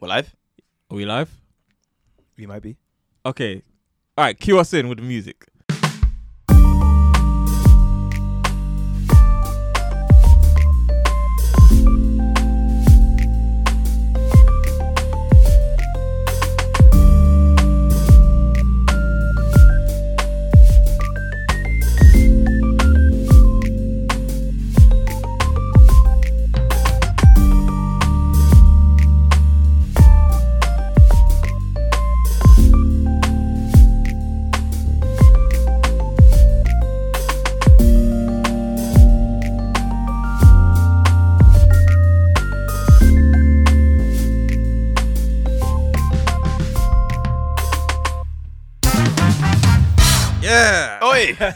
We're live. Are we live? We might be. Okay. All right, cue us in with the music. Yeah. Oi!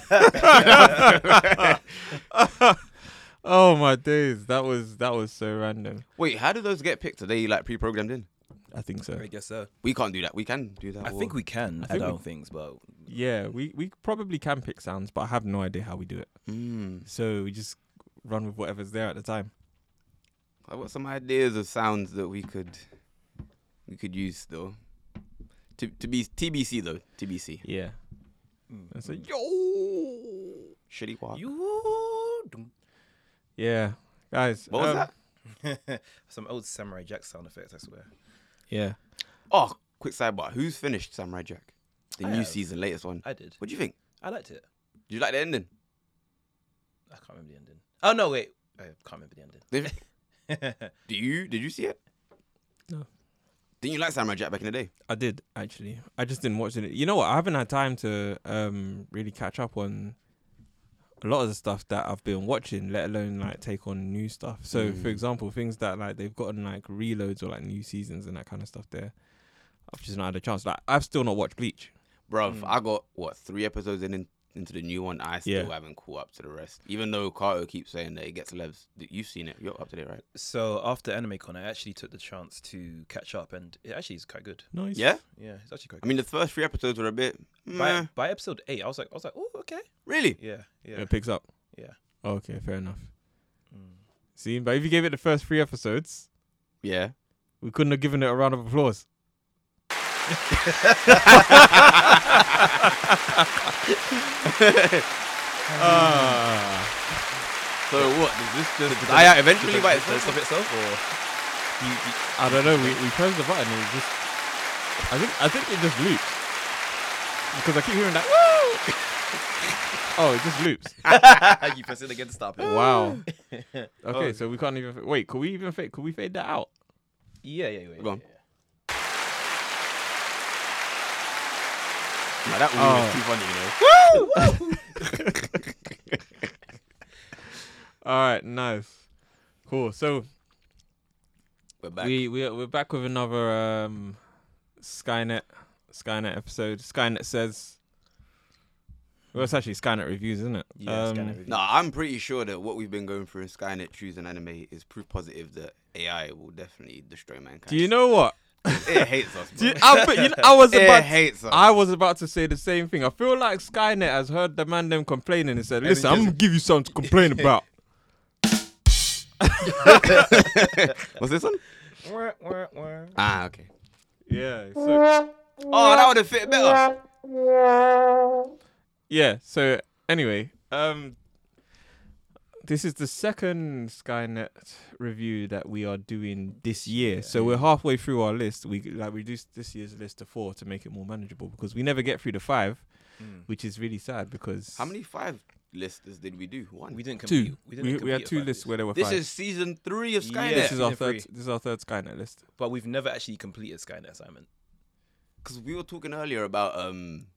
Oh my days, that was that was so random. Wait, how do those get picked? Are they like pre-programmed in? I think so. I guess so. We can't do that. We can do that. I think we can I think add we- our own things, but Yeah, we we probably can pick sounds, but I have no idea how we do it. Mm. So we just run with whatever's there at the time. I've got some ideas of sounds that we could we could use though. To to be TBC though. TBC. Yeah. And so yo. Shitty walk. you Yeah, guys. what was um, that? some old Samurai Jack sound effects. I swear. Yeah. Oh, quick sidebar. Who's finished Samurai Jack? The I new have. season, latest one. I did. What do you think? I liked it. Do you like the ending? I can't remember the ending. Oh no, wait. I can't remember the Did, ending. do you did you see it? No. Didn't you like Samurai Jack back in the day? I did actually. I just didn't watch it. You know what? I haven't had time to um really catch up on a lot of the stuff that I've been watching, let alone like take on new stuff. So, Mm. for example, things that like they've gotten like reloads or like new seasons and that kind of stuff. There, I've just not had a chance. Like, I've still not watched Bleach. Bruv, Mm. I got what three episodes in, in into the new one. I still Yeah. haven't caught up to the rest. Even though Kato keeps saying that it gets levs. Th- You've seen it. You're up to date, right? so after AnimeCon, I actually took the chance to catch up, and it actually is quite good. Nice. Yeah. Yeah, it's actually quite I good. mean, mm. the first three episodes were a bit. meh. by, by episode eight, I was like, I was like, oh okay. really? Yeah, yeah. It picks up. Yeah. Okay, fair enough. Mm. See, but if you gave it the first three episodes, Yeah. we couldn't have given it a round of applause. Ah. So what? Does this just Did die the- out eventually did by the- did the itself? stuff itself, or I don't know. We, we pressed the button and it just. I think I think it just loops because I keep hearing that. Woo! oh, it just loops. you press it again to stop it? Wow. Okay, Oh. so we can't even fa- wait. Could we even fade? Could we fade that out? Yeah, yeah, yeah. yeah, Go on. yeah. Nah, that one was Oh. too funny, you know. All right, nice, cool. So We're back. we we we're back with another um, Skynet Skynet episode. Skynet says. Well, it's actually Skynet reviews, isn't it? Yeah, Um, scan everything. Nah, I'm pretty sure that what we've been going through in Skynet Choose and Anime is proof positive that AI will definitely destroy mankind. Do you know what? It hates us. Do you, bro. I, but you know, I was It about hates us. I was about to say the same thing. I feel like Skynet has heard the man them complaining and said, And it "Listen, I'm just- gonna give you something to complain about." What's this one? Wah, wah, wah. Ah, okay. Yeah. So Oh, that would have fit better. yeah. So anyway, um, this is the second Skynet review that we are doing this year. So we're halfway through our list. We like reduced this year's list to four to make it more manageable because we never get through the five, Mm. which is really sad because How many five listers did we do? One. We didn't complete. Two. We, We, didn't we, complete had a two five lists list. where there were This five. is season three of Yeah. Skynet. this is our season third. three. This is our third Skynet list. but we've never actually completed Skynet assignment. Because we were talking earlier about um,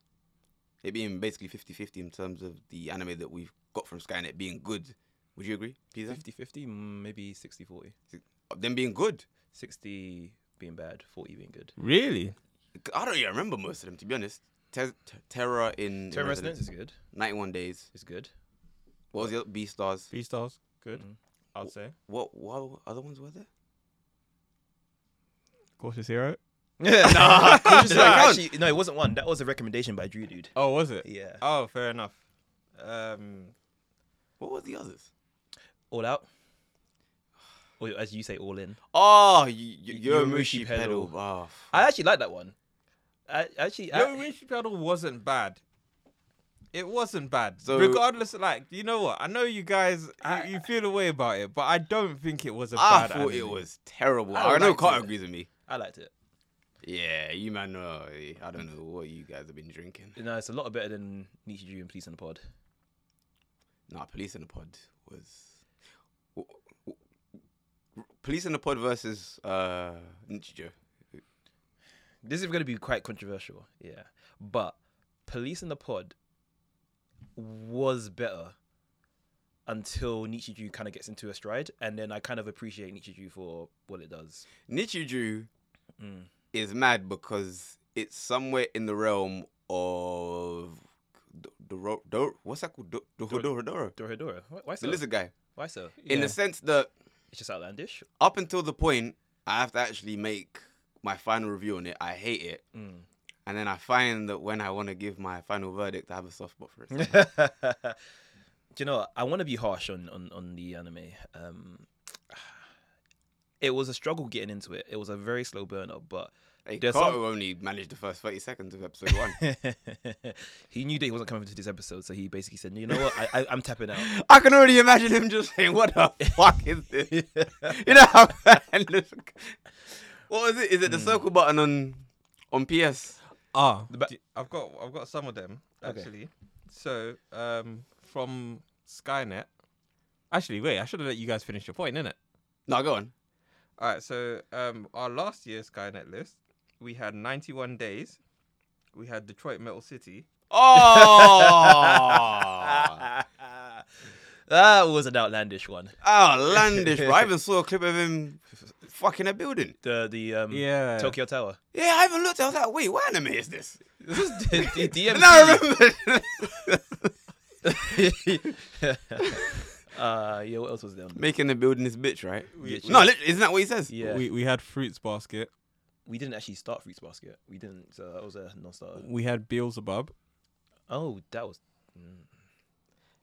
it being basically 50 50 in terms of the anime that we've got from Skynet being good. Would you agree, Pisa? 50 50, maybe 60 40. Of Them being good? 60 being bad, 40 being good. Really? I don't even remember most of them, to be honest. Te- t- Terror in, in Terror Residence, Resonance is good. 91 Days. Is good. What was the other? Beastars. Three stars. Good. Mhm. I'd say. What, what other ones were there? Cautious Hero. nah, Conscious Hero count. actually, no, it wasn't one. That was a recommendation by Drew Dude. Oh, was it? Yeah. Oh, fair enough. Um, What were the others? All Out. or as you say, all in. Oh, y- y- Yomushi Yomushi pedal. pedal. Oh, f- I actually like that one. I actually, I- Yomushi pedal wasn't bad. It wasn't bad. So- Regardless, like you know what? I know you guys, you, you feel a way about it, but I don't think it was a I bad. thought it anime. was terrible. I I, know liked Carter it. agrees with me. I liked it. Yeah, you man, uh, I don't know what you guys have been drinking. No, it's a lot better than Nichijou and Police in the Pod. Nah, Police in the Pod was. w- w- Police in the Pod versus uh, Nichijou. This is going to be quite controversial, yeah. But Police in the Pod was better until Nichijou kind of gets into a stride, and then I kind of appreciate Nichijou for what it does. Nichijou Mm. is mad because it's somewhere in the realm of the, the ro- do, what's that called? Do, the Hodoro Hodoro, Dorohedoro, wh- why the so? lizard guy. Why so? In Yeah. the sense that It's just outlandish. up until the point I have to actually make my final review on it, I hate it, Mm. and then I find that when I want to give my final verdict, I have a soft spot for it. Do you know? what? I want to be harsh on on on the anime. Um, it was a struggle getting into it. It was a very slow burner, but Hey, There's Carter some- only managed the first thirty seconds of episode one. he knew that he wasn't coming to this episode, so he basically said, "You know what? I, I, I'm tapping out." I can already imagine him just saying, "What the fuck is this?" You know how man looks. What is it? Is it the circle button on on PS? Ah, The ba- d- I've got I've got some of them Okay. actually. So um, from Skynet. Actually, wait. I should have let you guys finish your point, innit? No, go on. All right. So um, our last year's Skynet list, we had 91 days. We had Detroit Metal City. Oh, Ah. that was an outlandish one. outlandish! Bro. I even saw a clip of him fucking a building. The the um, Yeah. Tokyo Tower. Yeah, I even looked. I was like, "Wait, what anime is this?" This is D- D- And now I DMC. remember. uh, yeah. What else was there? on there? Making the building this bitch, right? We, No, literally, isn't that what he says? Yeah. we we had Fruits Basket. we didn't actually start Fruits Basket. We didn't, so that was a non-starter. We had Beelzebub, Oh, that was mm.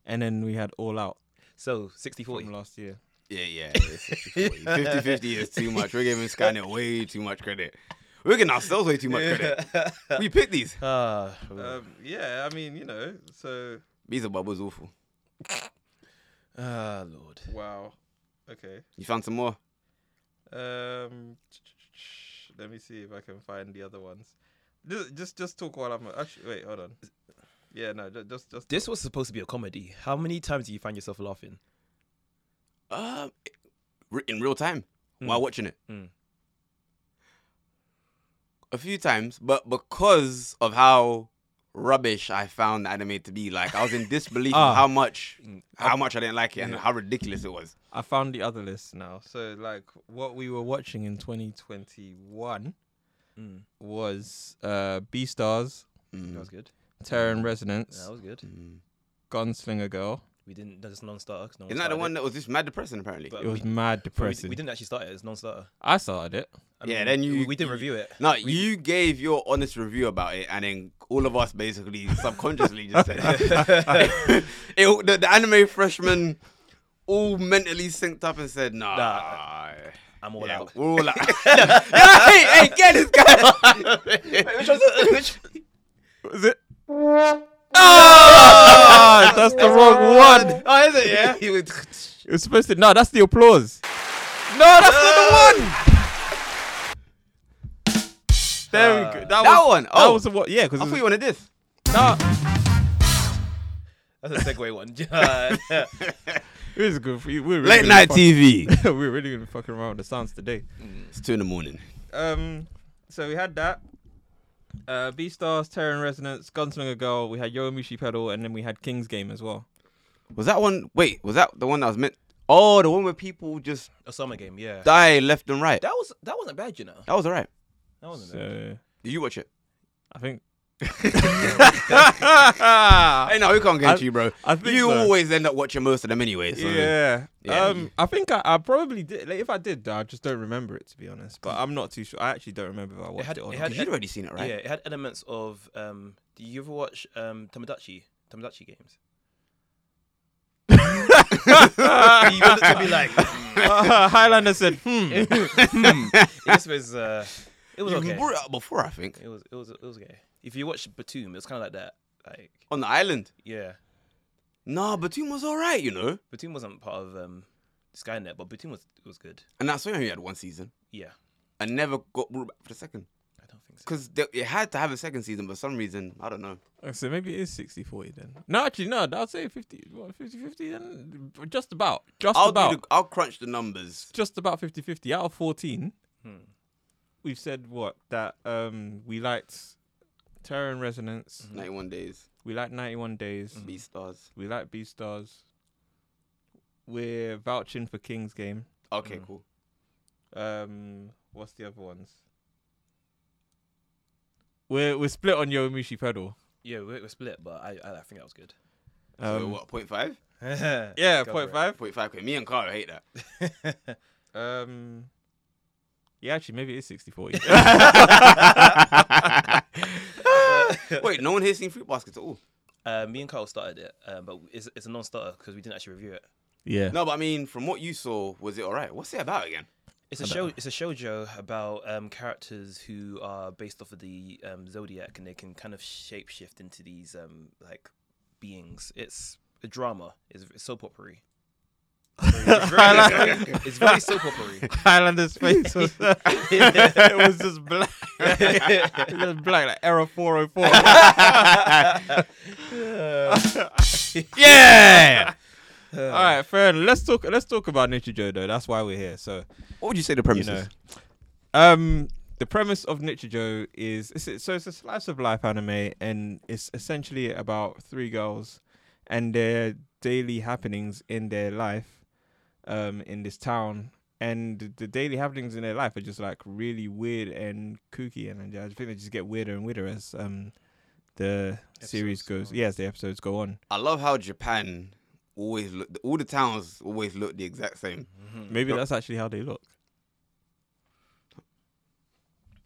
and then we had All Out so 60-40. from last year. Yeah, yeah. 50 50 is too much. We're giving Skynet way too much credit. We're giving ourselves way too much credit. We picked these. Ah, Um, yeah, I mean, you know, so Beelzebub was awful. ah, Lord. wow. Okay. You found some more? Um, let me see if I can find the other ones. Just, just, just talk while I'm. Actually, wait, hold on. Yeah, no, ju- just, just. This was supposed to be a comedy. How many times do you find yourself laughing? Uh, re- in real time while watching it. Mm. A few times, but because of how rubbish I found the anime to be, like I was in disbelief Ah. of how much, Mm. how much I didn't like it and how ridiculous it was. I found the other list now. So, like, what we were watching in 2021 Mm. was uh, Beastars, That Mm. was good. Terror and Resonance, That was good. Mm. Gunslinger Girl. We didn't. That's non-starter. 'cause no Isn't that the started one it. that was just mad depressing? Apparently, But It was we, mad but we, depressing. we didn't actually start it. It's non-starter. I started it. I Yeah, mean, then you- we, we didn't review it. No, you gave your honest review about it, and then all of us basically subconsciously just said it. It- the, the anime freshmen all mentally synced up and said, "Nah, Nah, I'm all yeah, out. we're all out." yeah, hey, hey, get this guy. Which was which? Was it? oh, Ah, that's the wrong one. oh, is it? Yeah. He would- It was supposed to. No, that's the applause. No, that's not the one. There we go. That, Uh, That was, one. That Oh, was the one. Yeah, I because thought you wanted this. That's a segue one. Yeah. it was good. We we were really Late gonna night fuck- TV. we were really gonna fuck around with the sounds today. It's two in the morning. Um, so we had that. Uh, Beastars, Terror and Resonance, Gunslinger Girl. We had Yomishi Pedal, and then we had King's Game as well. Was that one? Wait, was that the one that was meant? Oh, the one where people just a summer game. Yeah. That, die left and right. was that wasn't bad, you know. That was alright. That wasn't bad. So Did you watch it? I think Hey, no, we can't get I- to you, bro. I think you so. always end up watching most of them anyway. So. yeah. Yeah. Um, I think I, I probably did. Like, if I did, I just don't remember it to be honest. But I'm not too sure. I actually don't remember if I watched it, had- or it not. had- Because you'd already seen it, right? Yeah, it had elements of. Um, do you ever watch um, Tamagotchi? Tamagotchi games. you want it to be like mm. Highlander said, "Hmm." this was uh, it was You okay. brought it up before, I think. It was it was it was okay. If you watch Batum, it's kind of like that. Like On the island. yeah, Nah, Batum was all right, you know. Batum wasn't part of um Skynet, but Batum was was good. And that's when he had one season Yeah, and never got brought back for the second. I don't think so. Because it had to have a second season, but for some reason, I don't know. Oh, So maybe it is 60 40 then. No, actually, no, I'd say 50 what, 50 50 then. Just about. Just I'll, about. do the, I'll crunch the numbers. Just about 50 50. Out of 14, Hmm. we've said what? That um we liked Terror and Resonance, Mm-hmm. 91 days, we liked 91 Days, B stars. we liked Beastars, we're vouching for King's Game. Okay, cool. Um, what's the other ones? We're, we're split on Yomishi Pedal. Yeah, we were split, but I I, I think that was good. So Um, what, 0.5? yeah, Go point for five. 0.5 quid. Me and Carl hate that. it. Um, yeah, actually, maybe it is 60 40. Wait, no one here seen Fruit Baskets at all. uh, me and Carl started it, um, but it's, it's a non-starter because we didn't actually review it. yeah. No, but I mean, from what you saw, was it all right? What's it about again? It's a show. It's a shoujo about um, characters who are based off of the um, zodiac, and they can kind of shapeshift into these um, like beings. It's a drama. It's, it's soap opery. It's very, it's very- it's very soap opery. Highlander's face was, it was just black. it was black, like oh error 404. yeah! All right, fair enough. Let's talk, let's talk about Nichijou, though. That's why we're here. So, What would you say the you premise know. is? Um, the premise of Nichijou is it's, so it's a slice of life anime, and it's essentially about three girls and their daily happenings in their life, um, in this town. And the daily happenings in their life are just like really weird and kooky, and, and I think they just get weirder and weirder as um the series Episodes goes. go on. Yeah, as the episodes go on. I love how Japan always look, all the towns always look the exact same. Hmm. Maybe that's actually how they look.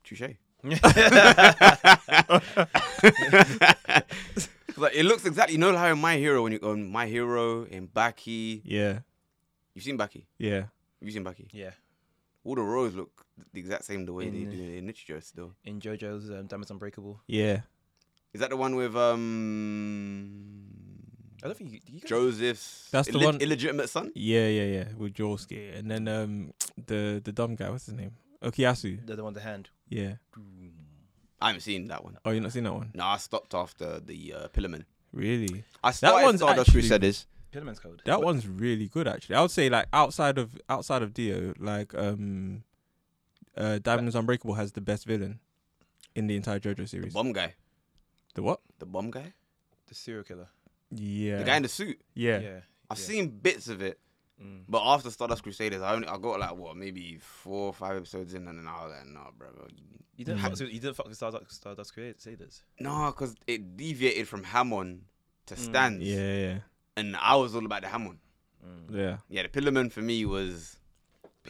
Touche. Mhm. Like it looks exactly. You know how in My Hero when you go on My Hero in Baki, Yeah, you've seen Baki. yeah. You've seen Baki. yeah, all All the roads look the exact same the way they Mm, In- do it in Nichijou still. in JoJo's um, Diamonds Unbreakable. Yeah, Is that the one with um I don't think you, you guys, Joseph's That's the illeg- one- illegitimate son? yeah, yeah, yeah. With Jorski, and then um, the the dumb guy. What's his name? Okuyasu. the the one with the hand. Yeah. I haven't seen that one. Oh, you not seen that one? No, I stopped after the uh, Pillarman. Really? I started one's Stardust actually- Crusaders. Pillarman's code. That one's really good, actually. I would say like outside of outside of Dio, like um, uh, Diamonds Unbreakable has the best villain in the entire JoJo The series. bomb guy. The what? The bomb guy? the serial killer. Yeah. The guy in the suit. yeah. Yeah, I've yeah. seen bits of it, Mm. but after Stardust Crusaders, I only I got like what maybe four or five episodes in, and then I was like, nah, bro, bro. You didn't. Mm. Fuck, with- you didn't fuck with Stardust, Stardust Crusaders. no, because it deviated from Hammond to Mm, Stans, Yeah. Yeah. and I was all about the Hammond. Yeah. Yeah, the Pillarman for me was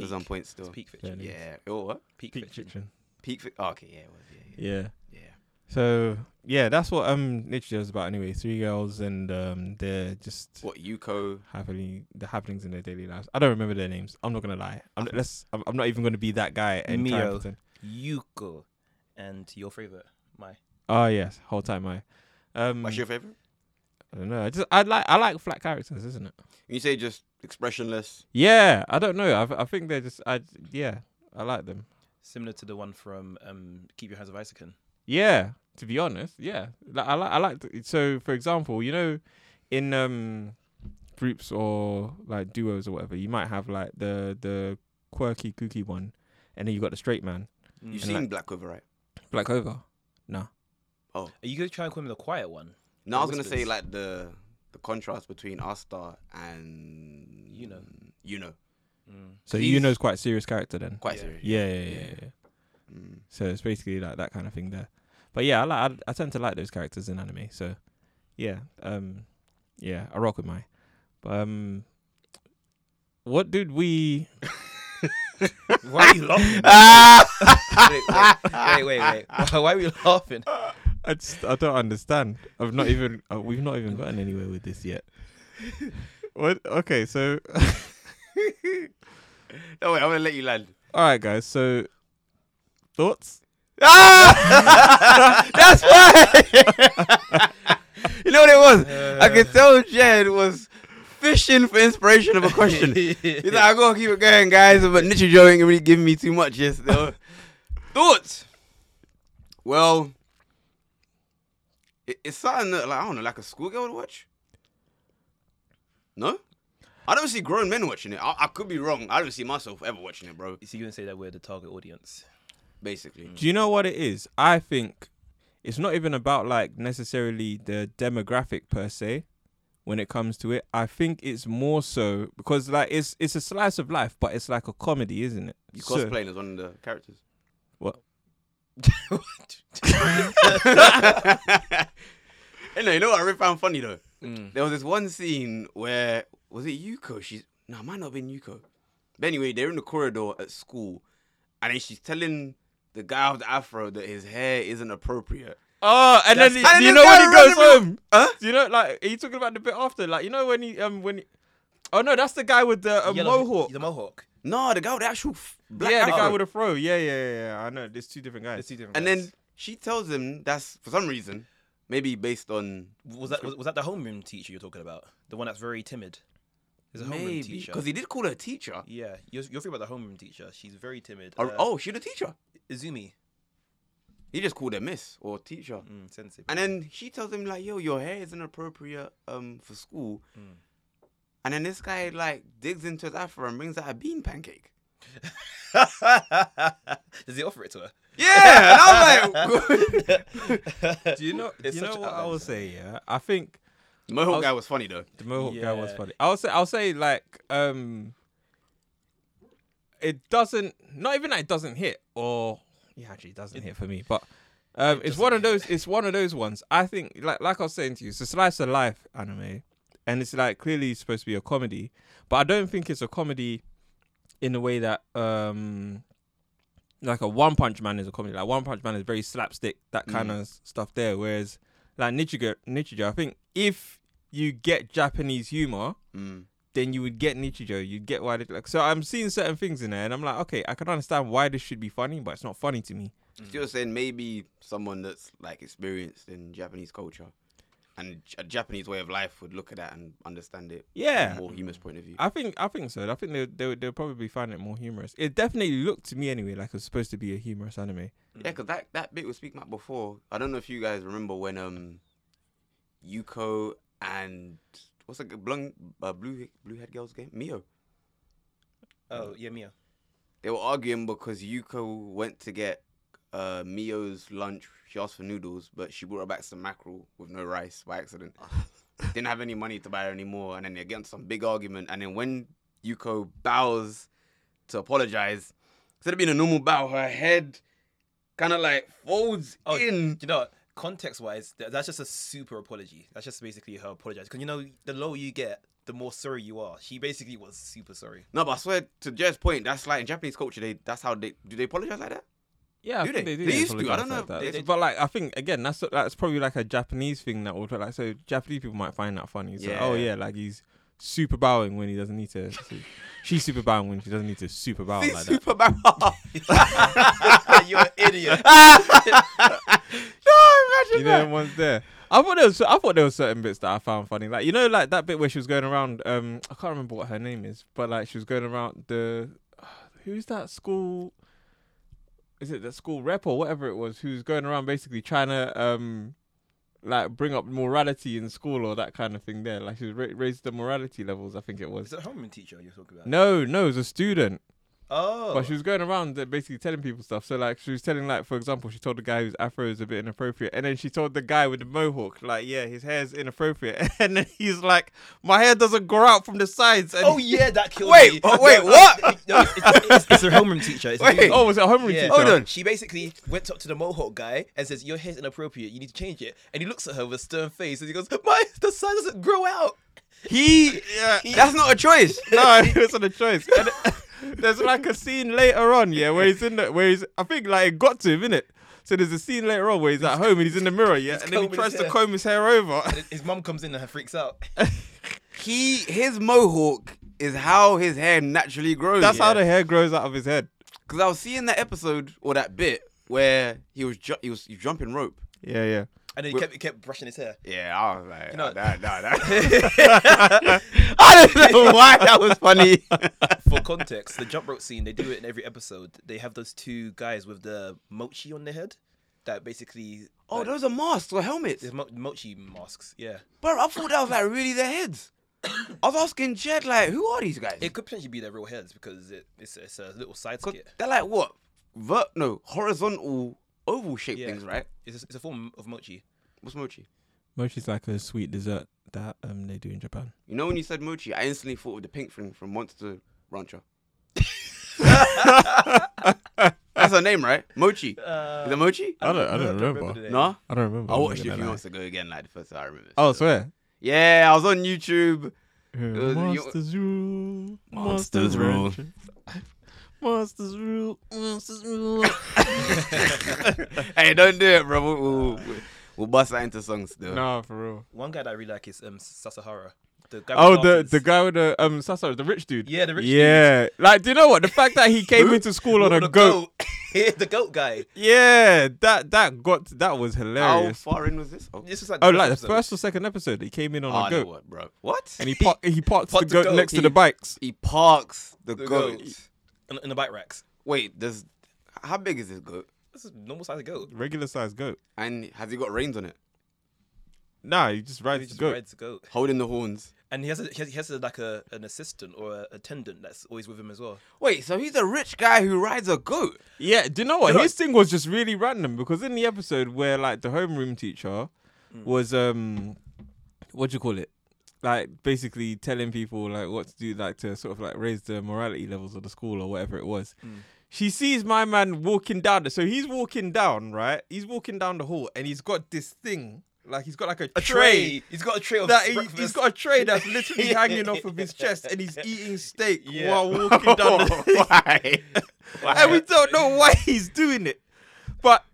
was on Peak. point It's still. peak Fair fiction. enough. Yeah, oh what Peak, Peak fiction. fiction. peak? Fi- oh, okay, yeah, it was. Yeah, yeah, Yeah. yeah. So yeah, that's what um Nichijou is about anyway. Three girls and um they're just What Yuko? Mm. happening the happenings in their daily lives. I don't remember their names. I'm not gonna lie. I'm let's. I'm, I'm not even gonna be that guy. And try and Mio. pretend- Yuko, and your favorite, my. Oh yes, whole time I. Um, What's your favorite? I don't know. I just I like I like flat characters, isn't it? You say just expressionless. Yeah, I don't know. I I think they're just I yeah I like them. Similar to the one from um, Keep Your Hands Off Isaacson. Yeah, to be honest, yeah. Like I like I like th- so for example, you know, in um groups or like duos or whatever, you might have like the the quirky kooky one, and then you got the straight man, You've Mm. And seen like- Black Clover, right? Black Clover. No. Are you gonna try and call him the quiet one? No, I was gonna say Whispers. like the the contrast between Asta and You know. you know, Mm. So He's- you know's quite a serious character then. quite Yeah. serious. Yeah, yeah, yeah, yeah. Mm. So it's basically like that kind of thing there. But yeah, I like I, I tend to like those characters in anime. So yeah, um, yeah, I rock with my. But, um, what did we? Why are you laughing? wait, wait, wait, wait, wait. Why are you laughing? I just I don't understand. I've not even uh, we've not even gotten anywhere with this yet. What? Okay, so No, wait, I'm gonna let you land. all right, uh, guys. So thoughts? Ah! That's why. you know what it was? I could tell Jed was fishing for inspiration of a question. He's like, I gotta keep it going, guys, but Nichi Joe ain't really giving me too much. Yes, though. Thoughts? Well, it, it's something that, like, I don't know, like a schoolgirl would watch. No, I don't see grown men watching it. I, I could be wrong. I don't see myself ever watching it, bro. So you gonna say that we're the target audience? Basically, Do you know what it is? I think it's not even about like necessarily the demographic per se when it comes to it. I think it's more so because like it's it's a slice of life, but it's like a comedy, isn't it? you So- cosplaying as one of the characters. And no, you know what I really found funny though? Mm. There was this one scene where was it Yuko? She's no, it might not have been Yuko. But anyway, they're in the corridor at school, and then she's telling the guy with the afro that his hair isn't appropriate. Oh, and That's- then and he, you this know guy when he goes randomly- home. Huh? Do you know like are you talking about the bit after? Like you know when he um when he, oh no, that's the guy with the um, Yellow- mohawk. The mohawk. No, the guy with the actual f- black yeah, the guy afro. with the fro. Yeah, yeah, yeah, yeah. I know. There's two different There's guys. two different. and guys. then she tells him that's for some reason, maybe based on was that was, was that the homeroom teacher you're talking about? The one that's very timid. There's a homeroom maybe teacher. because he did call her teacher. Yeah, you're, you're thinking about the homeroom teacher. She's very timid. Or- Uh, oh, she the teacher. Izumi. He just called her miss or teacher. Mm, sensei. And then she tells him like, "Yo, your hair isn't appropriate um for school." Mm. And then this guy like digs into his afro and brings out a bean pancake. Does he offer it to her? Yeah, and I was like, Do you know? Do It's you know such what I outlandish. will say? Yeah, I think Mohawk was- guy was funny though. The Mohawk guy was Yeah. funny. I'll say I'll say like um it doesn't not even that it doesn't hit or yeah actually it doesn't hit for me but um it's one of those it's one of those ones I think like like I was saying to you it's a slice of life anime and it's like clearly supposed to be a comedy but I don't think it's a comedy in the way that um like a One Punch Man is a comedy like One Punch Man is very slapstick that kind of stuff there whereas like Nichigo Nichigo I think if you get Japanese humor, Mm. then you would get Nichijou. You'd get why they like. So I'm seeing certain things in there, and I'm like, okay, I can understand why this should be funny, but it's not funny to me. Still saying maybe someone that's like experienced in Japanese culture and a Japanese way of life would look at that and understand it. Yeah. from a more humorous point of view. I think I think so. I think they they would- they'll probably find it more humorous. It definitely looked to me anyway like it's supposed to be a humorous anime. Yeah, because that, that bit was speaking about before. I don't know if you guys remember when um, Yuko and what's the g- blonde, uh, blue blue head girl's game? Mio. Oh yeah, Mia. They were arguing because Yuko went to get uh, Mio's lunch. She asked for noodles, but she brought her back some mackerel with no rice by accident. Didn't have any money to buy her anymore, and then they get into some big argument. And then when Yuko bows to apologize, instead of being a normal bow, her head kind of like folds Oh, in. Do you know, what? context-wise, th- that's just a super apology. That's just basically her apologizing. Because you know, the lower you get, the more sorry you are. She basically was super sorry. No, but I swear to Jer's point, that's like in Japanese culture, they that's how they do they apologize like that? Yeah, I Do think they? do They used to. I apologize don't know like if that. they- they- but like I think again, that's that's probably like a Japanese thing that would like so Japanese people might find that funny. So, Oh Yeah. yeah, like he's super bowing when he doesn't need to. she's super bowing when she doesn't need to super bow like that. Super Mario. You're an idiot. no, imagine you know, that. them ones there. I thought there was, I thought there were certain bits that I found funny, like you know, like that bit where she was going around. Um, I can't remember what her name is, but like she was going around the, who's that school? Is it the school rep or whatever it was? Who's going around basically trying to um, like bring up morality in school or that kind of thing? There, like she was ra- raised the morality levels. I think it Is was. it a homeroom teacher you're talking about? No, no, it was a student. Oh. But she was going around uh, basically telling people stuff. So like she was telling like for example, she told the guy whose afro is a bit inappropriate, and then she told the guy with the mohawk like yeah, his hair's inappropriate, and then he's like, my hair doesn't grow out from the sides. And Oh yeah, that killed Wait, me. oh, wait, No, what? no, no, it's, it's, it's her homeroom teacher. It's a Wait. homeroom oh, was it a homeroom Yeah. teacher? Hold on. She basically went up to the Mohawk guy and says, "Your hair's inappropriate. You need to change it." And he looks at her with a stern face and he goes, "My the side doesn't grow out." He, that's not a choice. No, it wasn't a choice. And there's like a scene later on, yeah, where he's in the where he's I think like it got to him, innit? So there's a scene later on where he's at home and he's in the mirror, yeah, and then he combing his tries to hair. comb his hair over. And his mum comes in and freaks out. he his mohawk is how his hair naturally grows. That's how Yeah. the hair grows out of his head. Because I was seeing that episode or that bit where he was ju- he was jumping rope. Yeah, yeah. And then he kept, he kept brushing his hair. Yeah, I was like, You know- nah, nah, nah. I don't know why that was funny. For context, the jump rope scene, they do it in every episode. They have those two guys with the mochi on their head that basically. oh, like, those are masks or helmets. they're mo- mochi masks, yeah. Bro, I thought that was like really their heads. I was asking Jed, like, who are these guys? It could potentially be their real heads because it, it's, it's a little side 'Cause skit. They're like what? Ver- no, horizontal, oval shaped Yeah. things, right? It's a, it's a form of mochi. What's mochi? Mochi's like a sweet dessert that um they do in Japan. You know, when you said mochi, I instantly thought of the pink thing from Monster Rancher. That's her name, right? Mochi. Uh, Is it mochi? I don't, I don't, don't remember. the name. Nah. I don't remember. I I'm not watched it a gonna few lie. months ago again, like the first time I remember. Oh, so- swear. Yeah, I was on YouTube. was- you- Monsters Monsters Uh, rule. rule. Rancher. Monsters rule. Monsters rule. hey, don't do it, bro. We'll, we'll, we'll- we'll bust that into songs still. nah, for real. One guy that I really like is um, Sasahara. The guy Oh, with the glasses. the guy with the um Sasori, the rich dude. Yeah, the rich dude. yeah. Like, do you know what? The fact that he came into school on Oh, a the goat. goat. the goat guy. Yeah, that that got that was How hilarious. far in was this? Oh, This was like Oh, like the episode. Ah, first or second episode, he came in on Oh, a no, goat what, bro? What? and he par- he parked the parked the goat next to goat. the bikes. he parks the, The goat. goat. in, in the bike racks. Wait, does how big is this goat? This is normal size of goat. Regular sized goat. And has he got reins on it? Nah, he just rides He the just goat. rides a goat, Holding the horns. and he has a, he has, he has a, like a an assistant or a attendant that's always with him as well. Wait, so he's a rich guy who rides a goat. Yeah, do you know what? You know- His thing was just really random because in the episode where like the homeroom teacher Mm. was um what do you call it? Like basically telling people like what to do, like to sort of like raise the morality levels of the school or whatever it was. Mm. She sees my man walking down. the- So he's walking down, right? He's walking down the hall and he's got this thing. Like he's got like a, He's got a tray of that he, breakfast. he's got a tray that's literally hanging off of his chest and he's eating steak Yeah. while walking down the Why? and we don't know why he's doing it. But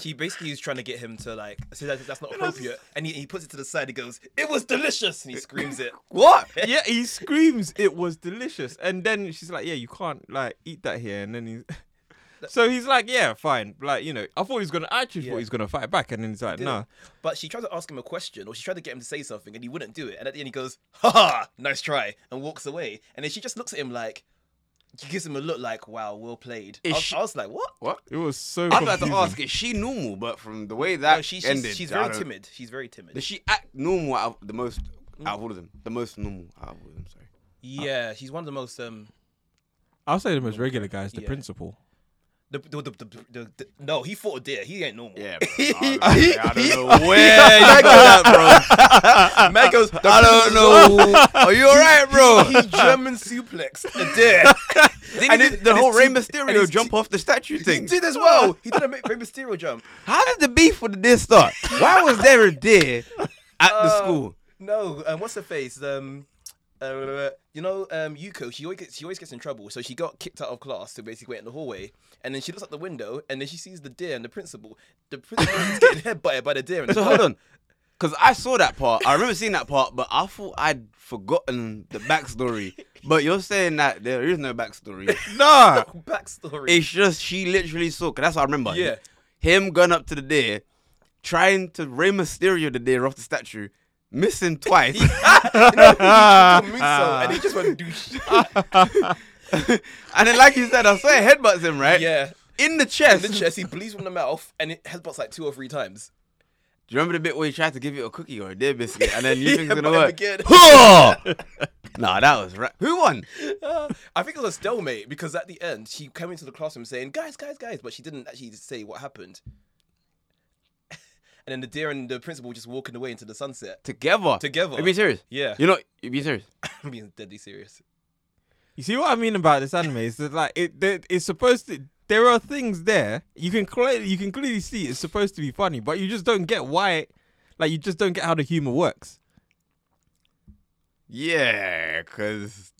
She basically is trying to get him to like say that that's not appropriate, and he, he puts it to the side. He goes, "It was delicious," and he screams it. What? yeah, he screams it was delicious, and then she's like, "Yeah, you can't like eat that here." And then he's so he's like, "Yeah, fine." Like you know, I thought he was gonna. I actually thought Yeah. he was gonna fight back, and then he's like, did it. "Nah." But she tried to ask him a question, or she tried to get him to say something, and he wouldn't do it. And at the end, he goes, "Ha ha, nice try," and walks away. And then she just looks at him like, she gives him a look like, "Wow, well played." I Is was, she- I was like, "What?" What? It was so. I'd like to confusing. ask, is she normal? But from the way that No, she, she's, ended, she's I very don't- timid. She's very timid. Does she act normal out of the most out of all of them? The most normal out of all of them. Sorry. yeah, she's one of the most um. I'll say the most regular guy is the Yeah. principal. The, the, the, the, the, the, no, he fought a deer. He ain't normal. Yeah, bro. I, I don't know where you got that, bro. Man goes. I don't know. Are you alright, He bro? German suplex a deer. Didn't his- the, the and whole his Rey team- and Mysterio his jump team- off the statue He thing? did as well. He did a Rey Mysterio jump. How did the beef with the deer start? Why was there a deer at the school? No, um, what's her face? Um, uh, you know, um, Yuko. She always gets, she always gets in trouble. So she got kicked out of class to basically wait in the hallway, and then she looks out the window, and then she sees the deer and the principal. The principal is getting headbutted by the deer. And So hold on. Because I saw that part. I remember seeing that part, but I thought I'd forgotten the backstory. But you're saying that there is no backstory. Nah, backstory. It's just she literally saw, because that's what I remember. Yeah. Him going up to the deer, trying to Rey Mysterio the deer off the statue, missing twice. Took a moonsault, and he just went douche. and then, like you said, I saw it headbutts him, right? yeah. In the chest. In the chest, he bleeds from the mouth, and it headbutts like two or three times. Do you remember the bit where he tried to give you a cookie or a deer biscuit and then you think it's Yeah, gonna but work? again- nah, that was right. Who won? Uh, I think it was a stalemate because at the end she came into the classroom saying, "Guys, guys, guys," but she didn't actually say what happened. and then the deer and the principal were just walking away into the sunset. Together. Together. Are you being serious? Yeah, You're not. You're being serious. I'm being deadly serious. you see what I mean about this anime is that like it, that it's supposed to. There are things there you can clearly you can clearly see it's supposed to be funny, but you just don't get why. Like you just don't get how the humor works. Yeah, because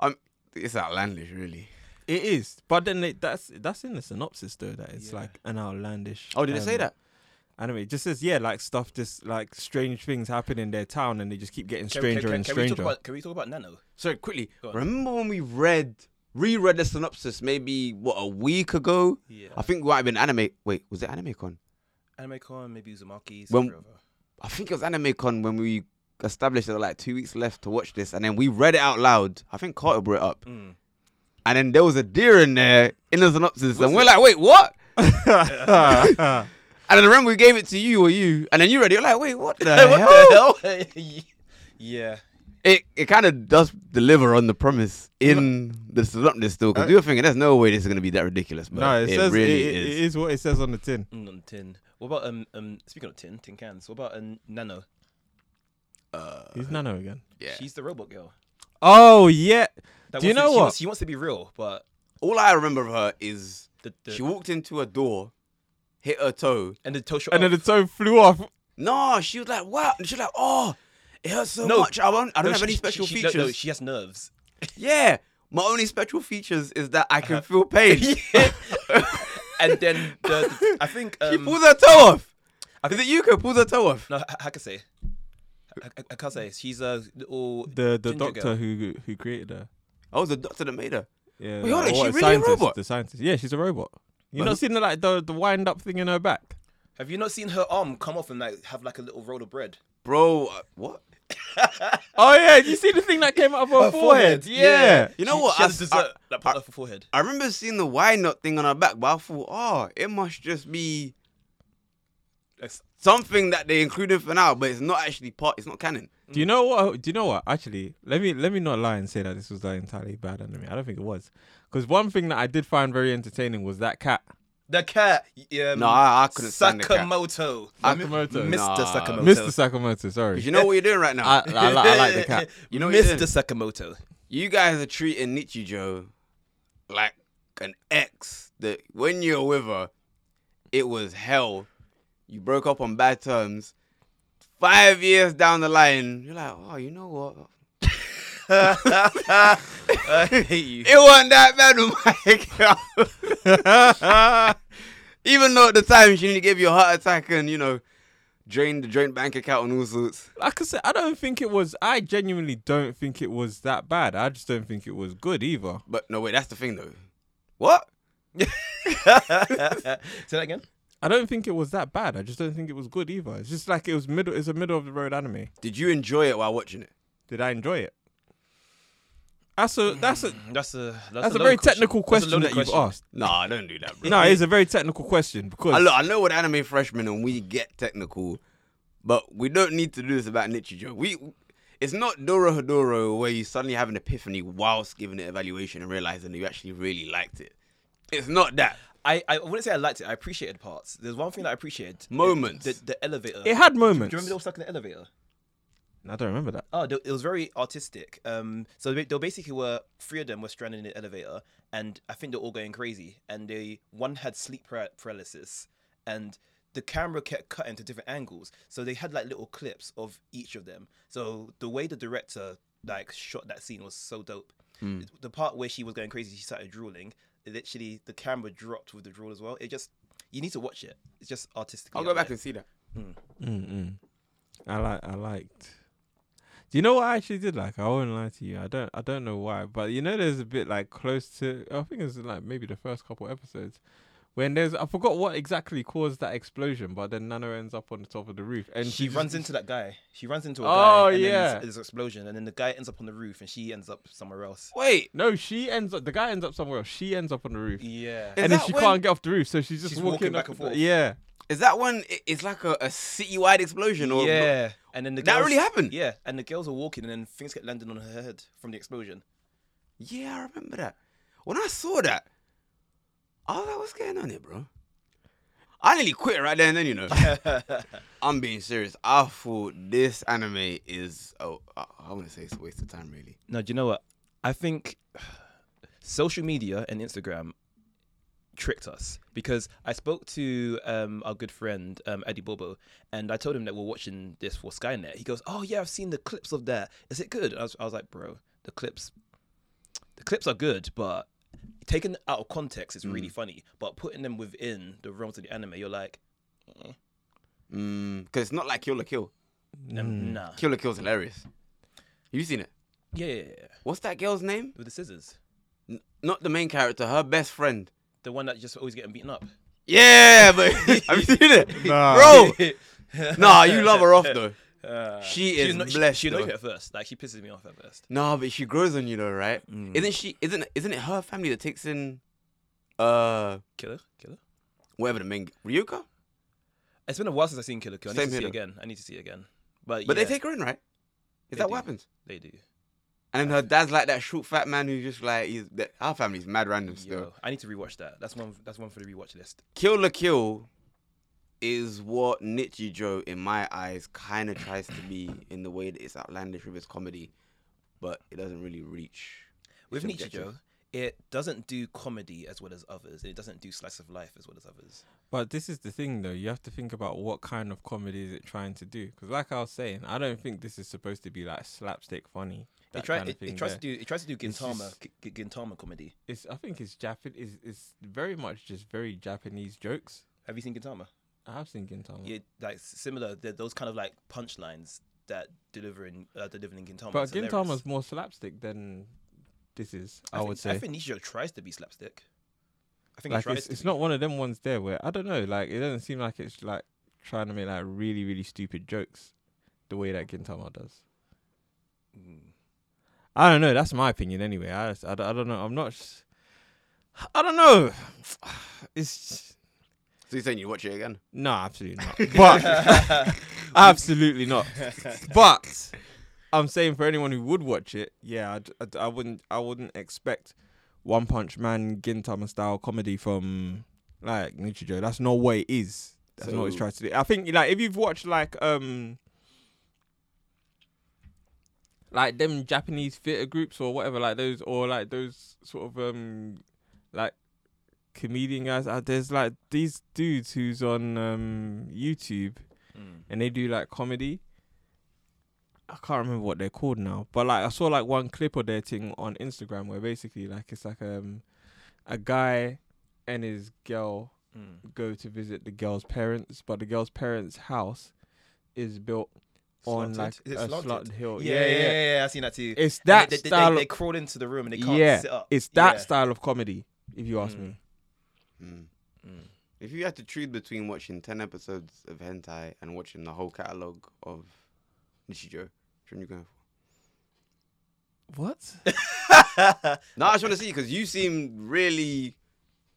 I'm. It's outlandish, really. It is, but then it, that's that's in the synopsis though. That it's like an outlandish. Oh, did it say um, that? anime. It just says yeah, like stuff, just like strange things happen in their town, and they just keep getting Can we- stranger can, and can stranger. We talk about, can we talk about Nano? Sorry, quickly. Go on. Remember when we read, reread the synopsis maybe what a week ago? Yeah. I think it might have been anime. Wait, was it AnimeCon? AnimeCon, maybe Uzumaki, When- Sakura. I think it was AnimeCon when we established there were like two weeks left to watch this, and then we read it out loud. I think Carter brought it up, Mm. and then there was a deer in there in the synopsis, and we're it? like, wait, what? yeah, And then I remember we gave it to you or you, and then you read it. You're like, wait, what the Hey, hell? what the hell? yeah. It it kind of does deliver on the promise in the synopsis still, because we were thinking there's no way this is gonna be that ridiculous, but no, it, it, says really it, is. it is what it says on the tin. Mm, on tin. What about um um? Speaking of tin, tin cans. What about um, Nano? He's Nano again. Uh, yeah. She's the robot girl. Oh yeah, That Do you wants to- know she what? Wants, she wants to be real, but All I remember of her is the, the she walked into a door, hit her toe. and the oh, toe shot. and then off. the toe flew off. No, she was like, wow. And she was like, oh, it hurts so No. much. I won't. I don't have No, she- any she- special she- no, features. No, she has nerves. Yeah. My only special features is that I can Uh-huh. feel pain. and then the, the- I think um, she pulls her toe off. Is it Yuko pulls her toe off? no, H- Hakase. H- H- Hakase. She's a little The the ginger doctor girl. who who created her. I was the doctor that made her. Yeah, Wait, hold on, or is she what, really a scientist, robot? The scientist. Yeah, she's a robot. You But not who- seen the like the the wind up thing in her back? Have you not seen her arm come off and like have like a little roll of bread? Bro, uh, what? Oh yeah, you see the thing that came out of her, forehead? Yeah. You know She- what? She I has s- a I- dessert that popped off her forehead. I remember seeing the wind up thing on her back, but I thought, oh, it must just be That's- something that they included for now, but it's not actually part, it's not canon. Do you know what? Do you know what? Actually, let me let me not lie and say that this was an entirely bad anime. I don't think it was, because one thing that I did find very entertaining was that cat. The cat. Um, No, I, I couldn't stand the cat. Sakamoto. Sakamoto. Mr. Nah. Sakamoto. Mr. Sakamoto, sorry. 'Cause you know what you're doing right now? I, I, li- I like the cat. You know what you're Mr. doing? Sakamoto. You guys are treating Nichijou like an ex that when you're with her, it was hell. You broke up on bad terms. Five years down the line, you're like, oh, you know what? I hate you. It wasn't that bad with my girl. Even though at the time she nearly gave you a heart attack and, you know, drained the joint bank account and all sorts. Like I said, I don't think it was. I genuinely don't think it was that bad. I just don't think it was good either. But no, wait, that's the thing though. What? Say that again. I don't think it was that bad. I just don't think it was good either. It's just like it was middle. It's a middle of the road anime. Did you enjoy it while watching it? Did I enjoy it? That's a that's a Mm. That's a that's, that's a loaded very technical That's a question loaded that you've question. asked. Nah, don't do that, bro. No, it's a very technical question because I, look, I know we're anime freshmen and we get technical, but we don't need to do this about Nichijou. We, it's not Doro Hodoro where you suddenly have an epiphany whilst giving it evaluation and realizing that you actually really liked it. It's not that. I, I wouldn't say I liked it. I appreciated parts. There's one thing that I appreciated. Moments. The, the elevator. it had Do moments. you remember they were stuck in the elevator? I don't remember that. Oh, they, it was very artistic. Um, so they, they basically were three of them were stranded in the elevator, and I think they're all going crazy. And they one had sleep par- paralysis, and the camera kept cutting to different angles. So they had like little clips of each of them. So the way the director like shot that scene was so dope. Hmm. The part where she was going crazy, she started drooling. Literally, the camera dropped with the drool as well. It just you need to watch it. It's just artistic. I'll go back and see that. Mm-mm. Mm, I like. I liked. Do you know what I actually did like? I won't lie to you. I don't. I don't know why, but you know, there's a bit like close to. I think it was like maybe the first couple episodes when there's. I forgot what exactly caused that explosion, but then Nana ends up on the top of the roof and she just- runs into that guy. She runs into a Oh, guy. and then yeah. there's- There's an explosion, and then the guy ends up on the roof, and she ends up somewhere else. Wait, No, she ends up. The guy ends up somewhere else. She ends up on the roof, Yeah. Is and then that she when- can't get off the roof, so she's just She's walking, walking back up- and forth. Yeah. is that one? i- It's like a, a citywide explosion, or yeah. And then the That girls, really happened? Yeah. And the girls are walking, and then things get landing on her head from the explosion. yeah, I remember that. When I saw that, I was like, "What's going on here, bro?" I nearly quit right there and then, you know. I'm being serious. I thought this anime is oh, I, I want to say it's a waste of time, really. No, do you know what? I think social media and Instagram tricked us because I spoke to um, our good friend um, Eddie Bobo and I told him that we're watching this for Skynet. He goes, "Oh yeah, I've seen the clips of that. Is it good?" I was, I was like, "Bro, the clips, the clips are good, but taken out Mm. of context, it's really funny. But putting them within the realms of the anime, you're like." "Eh." Because Mm, it's not like Kill la Kill. Um, Nah. Kill la Kill's hilarious. You seen it? Yeah, yeah, yeah, yeah. What's that girl's name? With the scissors. N- not the main character. Her best friend. The one that just always getting beaten up. Yeah, but have you seen it, Nah. bro? Oh! Nah, you love her off though. Uh, She she's is not- blessed, She, she'll know though. you at first. Like she pisses me off at first. Nah, but she grows on you though, right? Mm. Isn't she? Isn't isn't it her family that takes in, uh, Killer, killer. whatever the main Ryuka? It's been a while since I've seen Killer Kill. I need Same to see here, it again. I need to see it again. But, But yeah, they take her in, right? Is They that do. what happens? They do. And then her dad's like that short fat man who's just like he's that, our family's mad random still. Yo, I need to rewatch that. That's one. That's one for the rewatch list. Kill la Kill is what Nichi Joe, in my eyes, kind of tries to be in the way that it's outlandish with its comedy, but it doesn't really reach. With its objective. Nichijou, it doesn't do comedy as well as others, and it doesn't do slice of life as well as others. But this is the thing, though. You have to think about what kind of comedy is it trying to do. Because, like I was saying, I don't think this is supposed to be like slapstick funny. That It, try, kind of it, thing it tries there. to do. It tries to do It's Gintama, just- G- G- Gintama comedy. It's. I think it's Japan. Is it's very much just very Japanese jokes. Have you seen Gintama? I have seen Gintama. Yeah, like s- similar. They're those kind of like punchlines that deliver in uh, delivering Gintama. but It's hilarious. Gintama's more slapstick than this is. I, I think, would say. I think Nichijou tries to be slapstick. I think it like tries it's, to it's be. not one of them ones there where I don't know. Like it doesn't seem like it's like trying to make like really really stupid jokes, the way that Gintama does. Mm. I don't know. That's my opinion anyway. I just- I, don't- I don't know. I'm not. s- I don't know. It's So you're saying you watch it again? no, absolutely not. But mm. absolutely not. But I'm saying for anyone who would watch it, yeah, I'd, I'd, I wouldn't. I wouldn't expect One Punch Man Gintama style comedy from like Nichijou. That's not what it is. That's not what it's So- trying to do. I think like if you've watched like um like them Japanese theater groups or whatever, like those or like those sort of um like comedian guys. Uh, there's like these dudes who's on um YouTube Mm. and they do like comedy. I can't remember what they're called now, but like I saw like one clip of their thing on Instagram where basically like it's like um a guy and his girl Mm. go to visit the girl's parents, but the girl's parents' house is built on Slanted? like Is it a slanted? slanted hill. Yeah, yeah, yeah, yeah, I've seen that too. It's And that they, they, style. They, they of, crawl into the room and they can't yeah, sit up. it's that Yeah. style of comedy. If you ask Mm. me, Mm. Mm. If you had to choose between watching ten episodes of hentai and watching the whole catalog of Nichi Joe, which one you going for? what? No, I just want to see because you seem really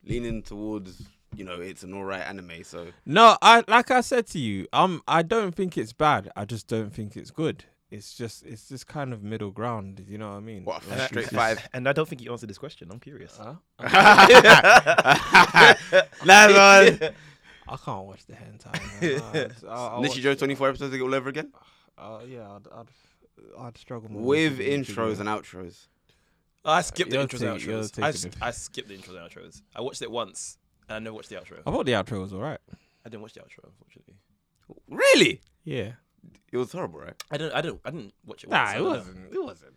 leaning towards you know it's an alright anime. So No, I like I said to you, um, I don't think it's bad. I just don't think it's good. It's just it's just kind of middle ground. You know what I mean? What, Like, straight it's five? And I don't think you answered this question. I'm curious. just- Huh? that one. I can't watch the hentai. Man. I, I, I Nichi Joe, twenty four episodes to go all over again Uh, yeah, I'd, I'd, I'd struggle more with the Nichi Joe. intros and outros. I skipped the You're intros and taking- you're outros. taking I, a s- piss. I skipped the intros and outros. I watched it once and I never watched the outro. I thought the outro was alright. I didn't watch the outro, unfortunately. Really? Yeah. It was horrible, right? I didn't. I didn't. I didn't watch it. Once, Nah, so it I don't know. wasn't. It wasn't.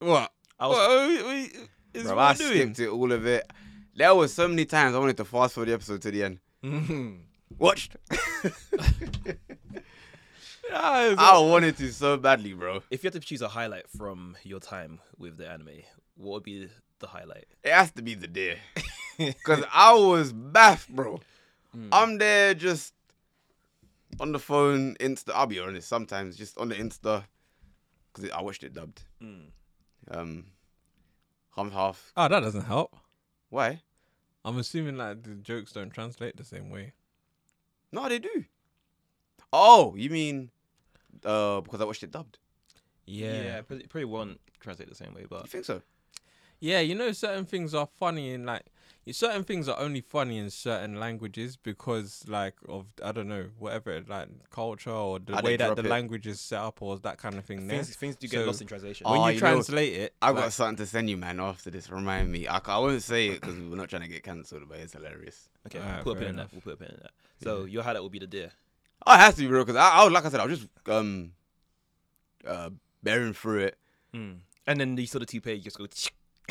What? I was- What, we- we- is Bro, what I we're doing? skipped it all of it. There was so many times I wanted to fast forward the episode to the end. Mhm. Watched. Nah, it was- I wanted to so badly, bro. if you had to choose a highlight from your time with the anime, what would be the highlight? It has to be the deer. Cause I was baff, bro. I'm there just on the phone, Insta. I'll be honest, sometimes just on the Insta. Cause I watched it dubbed. Mm. Um half half. Oh, that doesn't help. Why? I'm assuming like the jokes don't translate the same way. No, they do. Oh, you mean uh because I watched it dubbed. Yeah, but it probably won't translate the same way, You but think so? Yeah, you know, certain things are funny in like certain things are only funny in certain languages because like of I don't know whatever like culture or the I way didn't that drop the it. language is set up or that kind of thing. there. things things do get So- lost in translation. Oh, when you, you know, translate it, I've like, got something to send you, man, after this. Remind me. I, ca- I won't say it because we're not trying to get cancelled, but it's hilarious. okay, Alright, we'll put fair a pin in that. enough. We'll put a pin in that. So your highlight will be the deer. Oh, it has to be real because I, I was, like I said, I was just um uh bearing through it. Hmm. And then you saw the two page, just go.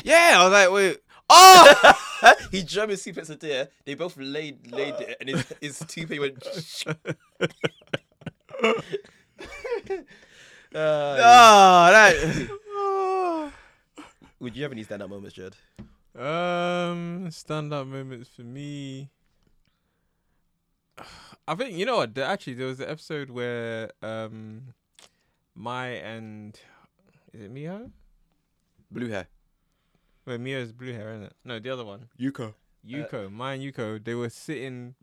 Yeah, I was like, wait. Oh, he jammed his suplex into there. They both laid laid it, and his his toupee went. Uh, ah, that. Would you have any stand-up moments, Jed? Um, stand up moments for me. I think you know what. There, actually, there was the episode where um, my and is it Mia? Blue hair. Where Mia's blue hair, isn't it? No, the other one, Yuko. Uh, Yuko. my and Yuko, they were sitting,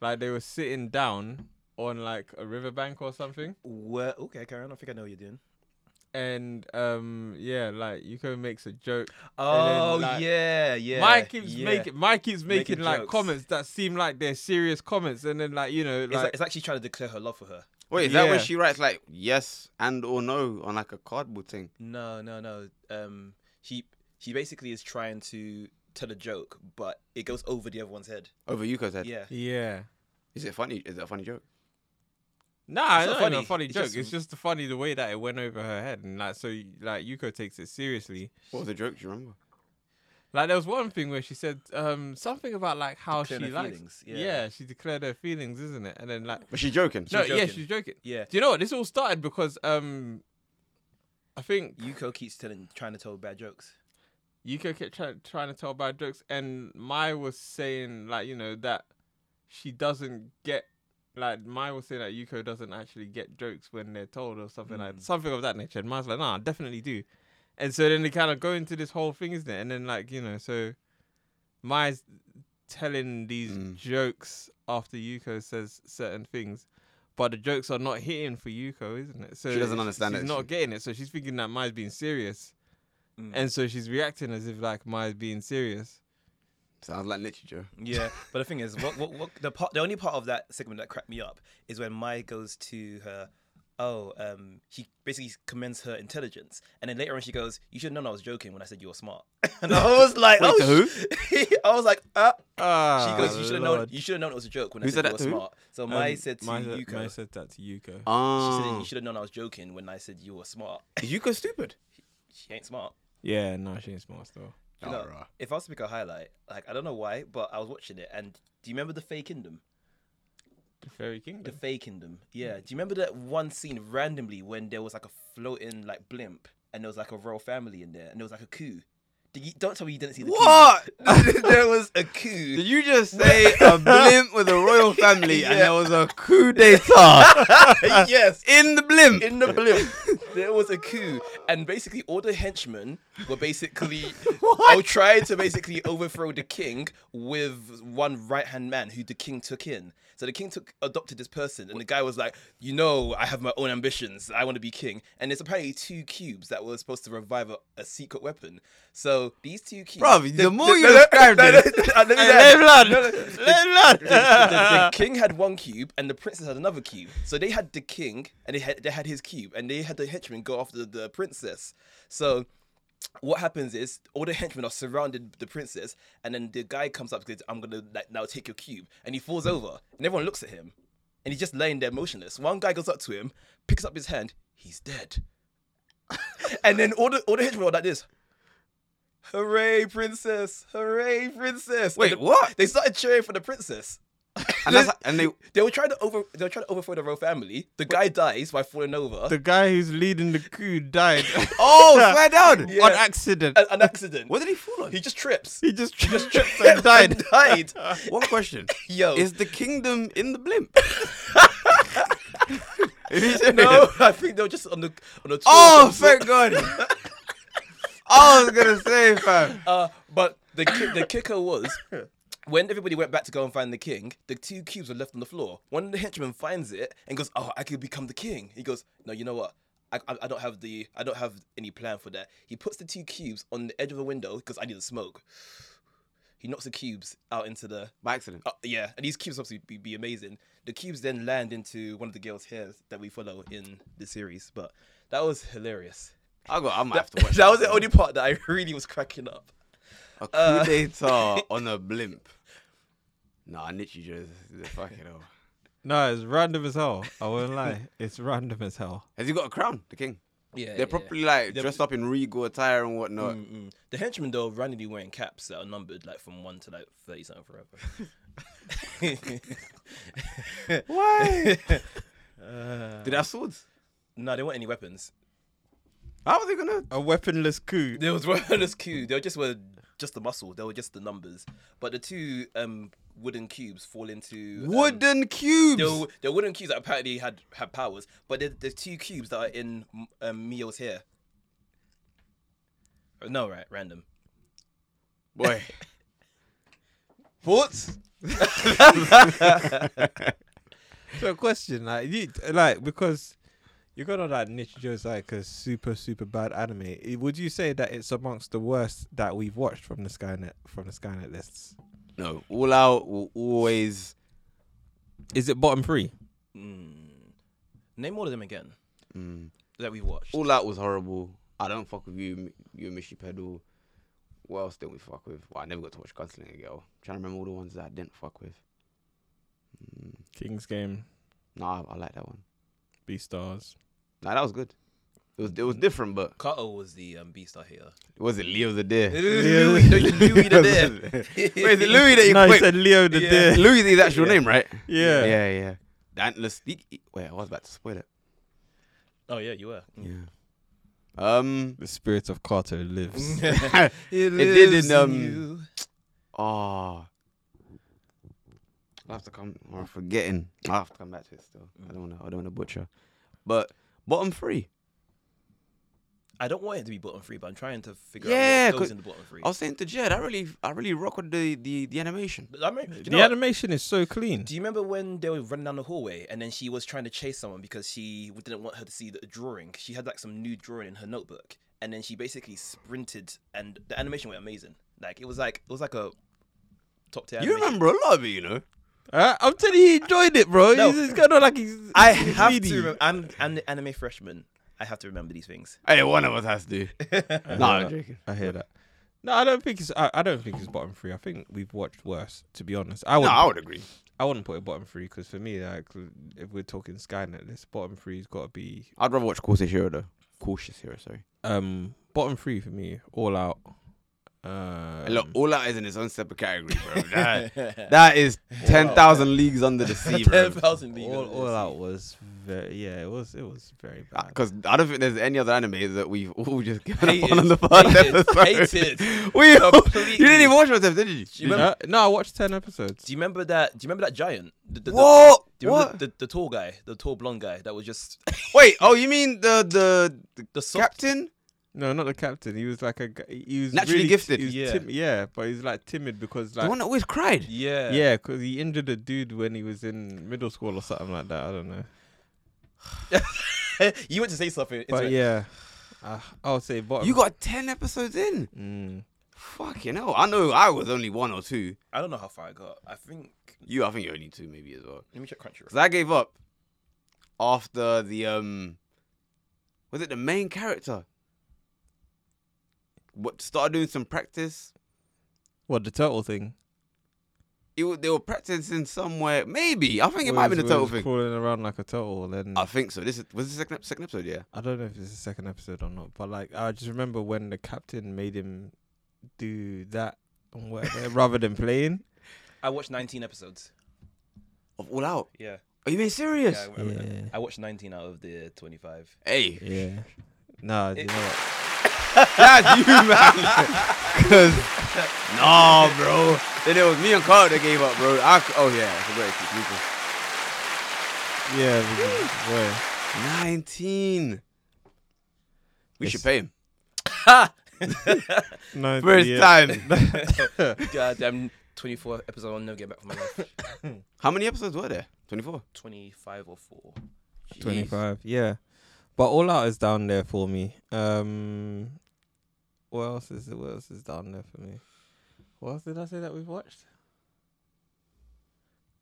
like they were sitting down on like a riverbank or something, Well, okay, Karen. I think I know what you're doing. and um, yeah, like Yuko makes a joke. Oh like, yeah, yeah. Mike keeps yeah. making Mike keeps making, Making like jokes. comments that seem like they're serious comments, and then like you know, It's, like, like it's actually trying to declare her love for her. Wait, is that when Yeah. she writes like yes and or no on like a cardboard thing? No, no, no. Um, she she basically is trying to tell a joke, but it goes over the other one's head. Over Yuko's head. Yeah. yeah. Is it funny? Is it a funny joke? Nah, It's it's not not even a funny. funny It's joke. just- It's just funny the way that it went over her head, and like so, like Yuko takes it seriously. What was the joke? Do you remember? Like there was one thing where she said um something about like how Declaring she her likes. feelings, Oh, yeah. Yeah. she declared her feelings, isn't it? And then like Was she joking? no, yeah, joking. she's joking. Yeah. Do you know what? This all started because um, I think Yuko keeps telling, trying to tell bad jokes. Yuko kept try- trying to tell bad jokes, and Mai was saying like you know that she doesn't get like Mai was saying that Yuko doesn't actually get jokes when they're told or something Hmm. like something of that nature. And Mai's like, nah, I definitely do. And so then they kind of go into this whole thing, isn't it? And then like you know, so Mai's telling these Mm. jokes after Yuko says certain things. But the jokes are not hitting for Yuko, isn't it? So She doesn't it's- understand She's it. not getting it, so she's thinking that Mai's being serious. Mm. And so she's reacting as if like Maya's being serious. Sounds like literature. Yeah, but the thing is, what, what, what the part, the only part of that segment that cracked me up is when Mai goes to her. Oh, um, she basically commends her intelligence, and then later on she goes, "You should have known I was joking when I said you were smart." and I was like, Wait, to "Oh, sh-" I was like, uh, Ah, she goes, "You should have known. You should have known it was a joke when I Ah, Who said, said you that were to who? Um, smart." So Mai said to Yuko, Ah. Maya said that to Yuko. Oh, "She said you should have known I was joking when I said you were smart." Is Yuko stupid? she ain't smart. yeah, no, she ain't smart still. You know, if I was to pick a highlight, like I don't know why, but I was watching it, and do you remember the Fey Kingdom? The Fairy The Kingdom. Fey Kingdom. Yeah. Do you remember that one scene randomly when there was like a floating like blimp and there was like a royal family in there and there was like a coup? Did you, don't tell me you didn't see the What? coup. there was a coup. Did you just say a blimp with a royal family and Yeah. there was a coup d'etat yes. in the blimp? Ah, In the blimp, there was a coup, and basically all the henchmen were basically or tried to basically overthrow the king with one right hand man who the king took in. So the king took adopted this person, and the guy was like, "You know, I have my own ambitions. I want to be king." And there's apparently two cubes that were supposed to revive a, a secret weapon. So these two cubes, Bruv, the more you no, no, describe no, no, this, no, let me Hey, let land. him land. No, no, Let him land. the, the king had one cube and the princess had another cube. So they had the king and they had they had his cube and they had the henchmen go after the princess. So what happens is all the henchmen are surrounded the princess and then the guy comes up and says, I'm gonna like, now take your cube and he falls over and everyone looks at him and he's just laying there motionless. One guy goes up to him, picks up his hand, he's dead. and then all the all the henchmen are like this. Hooray, princess! Hooray, princess! And Wait, the- what? They started cheering for the princess. And, that's, and they They were trying to over. They were trying to overthrow the royal family. The guy dies by falling over. The guy who's leading the coup died oh swear down. Yeah. on accident. an, an accident. What did he fall on? He just trips. He just just tripped and died. died. One question: Yo. Is the kingdom in the blimp? no, I think they were just on the on the. tour Oh, of- thank God. I was gonna say, fam. Uh, but the ki- the kicker was when everybody went back to go and find the king, the two cubes were left on the floor. One of the henchmen finds it and goes, "Oh, I could become the king." He goes, "No, you know what? I, I, I don't have the I don't have any plan for that." He puts the two cubes on the edge of a window because I need to smoke. He knocks the cubes out into the By accident. uh, yeah, and these cubes obviously be, be amazing. The cubes then land into one of the girls' hairs that we follow in the series, but that was hilarious. I got. I might have to watch. that was the only uh, part that I really was cracking up. A coup d'etat on a blimp. Nah, Nietzsche just fucking hell. no, it's random as hell. I won't lie. It's random as hell. Has he got a crown, the king? Yeah, They're probably. probably like They're- dressed up in regal attire and whatnot. Mm, mm. The henchmen though randomly wearing caps that are numbered like from one to like thirty something forever. Why? uh, Did they have swords? no, they weren't any weapons. How are they gonna? A weaponless coup. There was weaponless cube. They were just were just the muscle. They were just the numbers. But the two um wooden cubes fall into um, Wooden cubes. The, w- the wooden cubes that apparently had had powers, but the the two cubes that are in um, Mio's hair. No, right, random. Boy. Thoughts? So, a question like, you, like because you got all that niche just like a super super bad anime. i- Would you say that it's amongst the worst that we've watched from the Skynet from the Skynet lists? No. All out will always. Is it bottom three? Mm. Name all of them again Mm. that we watched. All out was horrible. I don't fuck with you, M- you and Mishy Pedal. What else didn't we fuck with? Well, I never got to watch Gunslinger Girl. trying to remember all the ones that I didn't fuck with. Mm. King's Game, Nah, I, I like that one. B Stars. Nah, that was good. It was it was different, but Kato was the um, beast I hear. was it Leo the Deer? Louis, Louis the Deer. Wait, is it Louis that you No, he wait, said Leo the Yeah. Deer. Louis is his actual Yeah. name, right? Yeah. Yeah, yeah. That let's- he- he- wait, I was about to spoil it. Oh yeah, you were. Yeah. Um. ah. The spirit of Carter lives. it did in um. Oh. I'll have to come. or I'm forgetting. I'll have to come back to it still. I don't want to. I don't want to butcher. But bottom three. I don't want it to be bottom three, but I'm trying to figure Yeah, out what goes 'cause- in the bottom three. I was saying to Jed, I really, I really rock with the the, the animation. But I mean, do, you know the what? animation is so clean. do you remember when they were running down the hallway and then she was trying to chase someone because she didn't want her to see the drawing? She had like some new drawing in her notebook, and then she basically sprinted, and the animation went amazing. Like it was like it was like a top tier. You animation. remember a lot of it, you know. Uh, I'm telling you, he enjoyed it, bro. No. He's, he's going on like he's. I he's have needy. to. Remember, I'm I'm the anime freshman. I have to remember these things. Hey, one of us has to. no, Yeah. I'm joking. I hear that. No, I don't think it's. I, I don't think it's bottom three. I think we've watched worse. To be honest, I No, would. I I, would agree. wouldn't put it bottom three because for me, like, if we're talking Skynet, this bottom three's got to be I'd rather watch Cautious Hero though. Cautious Hero, sorry. um bottom three for me. All out. Uh, Look, all that is in its own separate category, bro. That, that is ten thousand leagues under the sea, bro. Ten E thousand all, all out was very. Yeah, it was. It was very bad. Because I don't think there's any other anime that we've all just given up on Hated, on the first hated, episode. hated. We all- you Completely. didn't even watch yourself, did you? you remember- Uh, no, I watched ten episodes. Do you remember that? Do you remember that giant? The, the, the- What? do you remember What? The, the tall guy, the tall blonde guy that was just Wait, oh, you mean the the, the the soft. captain? No, not the captain. He was like a. g- He was Naturally really, gifted. He was Yeah. tim- yeah, but he's like timid because like the one that always cried. Yeah. Yeah, because he injured a dude when he was in middle school or something like that. I don't know. Yeah. you went to say something. into But it. yeah, uh, I'll say bottom. You got ten episodes in. Mm. Fucking hell! I know I was only one or two. I don't know how far I got. I think. You, I think you're only two, maybe as well. Let me check Crunchyroll. Because I gave up after the um, was it the main character? What started doing some practice. What the turtle thing? It, wa- they were practicing somewhere. Maybe I think it might have Where been the he turtle was thing. Uh, Crawling around like a turtle. Then I think so. This is was the second, ep- second episode. Yeah. I don't know if it's the second episode or not, but like I just remember when the captain made him do that and whatever, rather than playing. I watched 19 episodes. Of All Out. Yeah. Are you being serious? Yeah. I, remember that. I watched 19 out of the 25. Hey, Yeah. Nah, you It- know what? that's you, man. Cause nah, bro. Then it was me and Carl that gave up, bro. I, c- oh yeah, I forgot to keep people. Yeah, because- boy. Nineteen. We should Yes. pay him. No, First yeah. time. Goddamn, 24 episodes. I'll never get back from my life. How many episodes were there? Twenty-four. 25 or 4. Jeez. 25 yeah but all out is down there for me um what else is what else is down there for me what else did i say that we've watched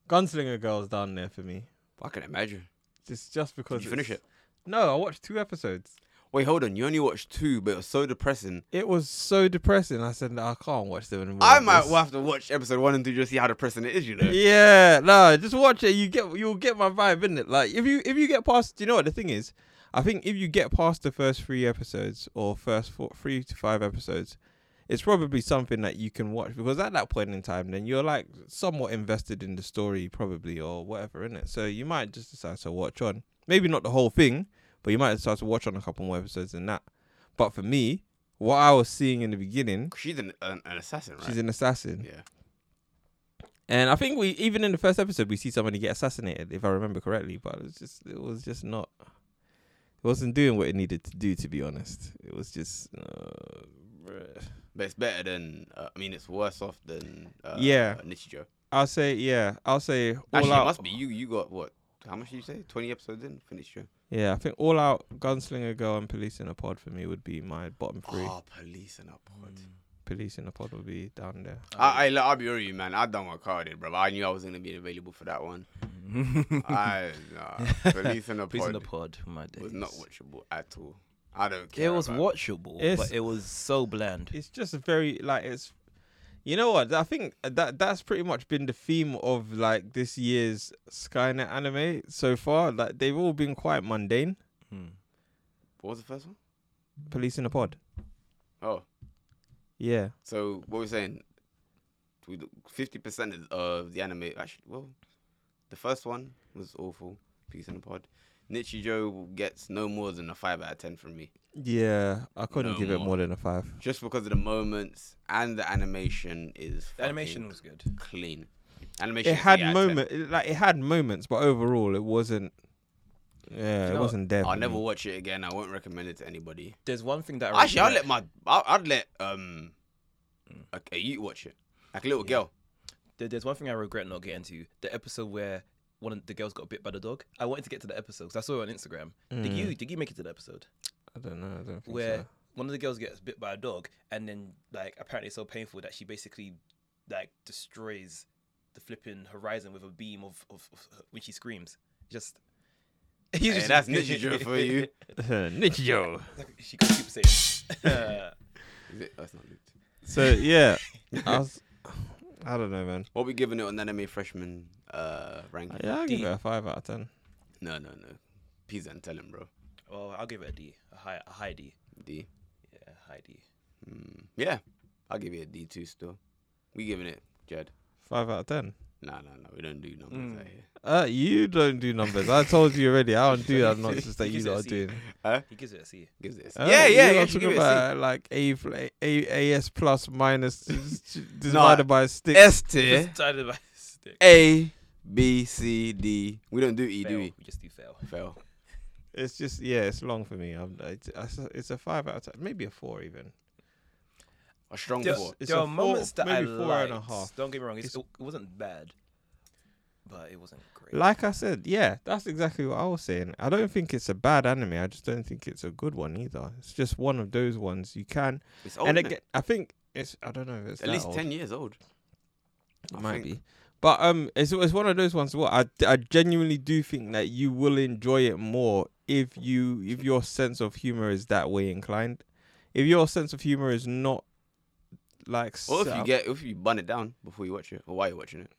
gunslinger girls down there for me I can imagine. just just because Did you finish it's- it? no i watched two episodes Wait, hold on. You only watched two, but it was so depressing. it was so depressing i said i can't watch them anymore I might It's- have to watch episode one and two just see how depressing it is. You know. Yeah, no, just watch it. You get you'll get my vibe in it. Like if you if you get past, you know what the thing is, I think if you get past the first three episodes or first four, three to five episodes, it's probably something that you can watch because at that point in time, then you're like somewhat invested in the story, probably or whatever in it. So you might just decide to watch on. Maybe not the whole thing, but you might decide to watch on a couple more episodes than that. But for me, what I was seeing in the beginning, She's an, an, an assassin, right? she's an assassin, yeah. and I think we even in the first episode we see somebody get assassinated, if I remember correctly. But it was just it was just not. It wasn't doing what it needed to do, to be honest. It was just. Uh, bruh. But it's better than. Uh, I mean, it's worse off than. Uh, Yeah. Nichijou. I'll say yeah. I'll say all Actually, out. it must be you. You got what? How much did you say? Twenty episodes in for Nichijou. Yeah, I think all out gunslinger girl and police in a pod for me would be my bottom three. Mm. Oh, police and a pod. Police in a pod would be down there. I, I, look, I'll be real with you, man. I done my card in, bro. I knew I was gonna be available for that one. I nah, police and a Please in the pod pod, my days. was not watchable at all. I don't care. It was about- watchable, It's- but it was so bland. It's just a very like it's. You know what? I think that that's pretty much been the theme of like this year's Skynet anime so far. Like they've all been quite mundane. Hmm. What was the first one? Police in a pod. Oh, Yeah. so what we're saying? Fifty percent of the anime. Actually, well, the first one was awful. Police and a pod. Nichijou gets no more than a five out of ten from me. Yeah, I couldn't No give it more. more than a five. just because of the moments and the animation is The animation was good. fucking clean. Animation It is eight had out of 10. moment, it- like it had moments, but overall it wasn't. Yeah, know it what? wasn't there. I'll for me. never watch it again. I won't recommend it to anybody. There's one thing that I Actually, I'll regret. let my I'll, I'd let um a, a youth watch it. Like a little girl. There- There's one thing I regret not getting to. The episode where one of the girls got bit by the dog. I wanted to get to the episode because I saw it on Instagram. Did you? Did you make it to the episode I don't know. I don't think where so. one of the girls gets bit by a dog and then like apparently it's so painful that she basically like destroys the flipping horizon with a beam of, of, of when she screams. Just. Hey, that's Nichijou for you. Nichijou. she got super safe. Is it? That's not looped. So yeah, I, was, I don't know, man. What are we giving it on anime freshman uh ranking? Yeah, I'll give D. it a five out of ten. No, no, no. Pizza and tell him, bro. well, I'll give it a D, a high, a high D. D. Yeah, high D. Mm. Yeah, I'll give you a D two still. We giving it, Jed. Five out of ten. Nah, nah, nah. We don't do numbers out here. Uh, you don't do numbers. I told you already. I don't do that He nonsense that you gives it a lot are C. doing. He gives it a C. Gives it. A C. Uh, yeah, yeah, you lot yeah. are should talking give it a C. about like a, fl- a, a s plus minus divided by six. S tier. Just tied it by a stick. A, B, C, D. We don't do E, Fail. do we? We just do fail. Fail. It's just yeah, it's long for me. I'm, it's, it's a- it's a five out of ten, maybe a four even. A strong There, four. It's there a are moments four- that I maybe four and a liked. half. Don't get me wrong, it's, It's- it wasn't bad, but it wasn't great. Like I said, yeah, that's exactly what I was saying. I don't think it's a bad anime. I just don't think it's a good one either. It's just one of those ones you can It's old. and innit? again, I think it's I don't know. If it's Oh, at that least old. ten years old. It I might think. be, but um, it's it's one of those ones. What I I genuinely do think that you will enjoy it more if you if your sense of humor is that way inclined. If your sense of humor is not like Or if you set- get, if you bun it down before you watch it, or while you're watching it.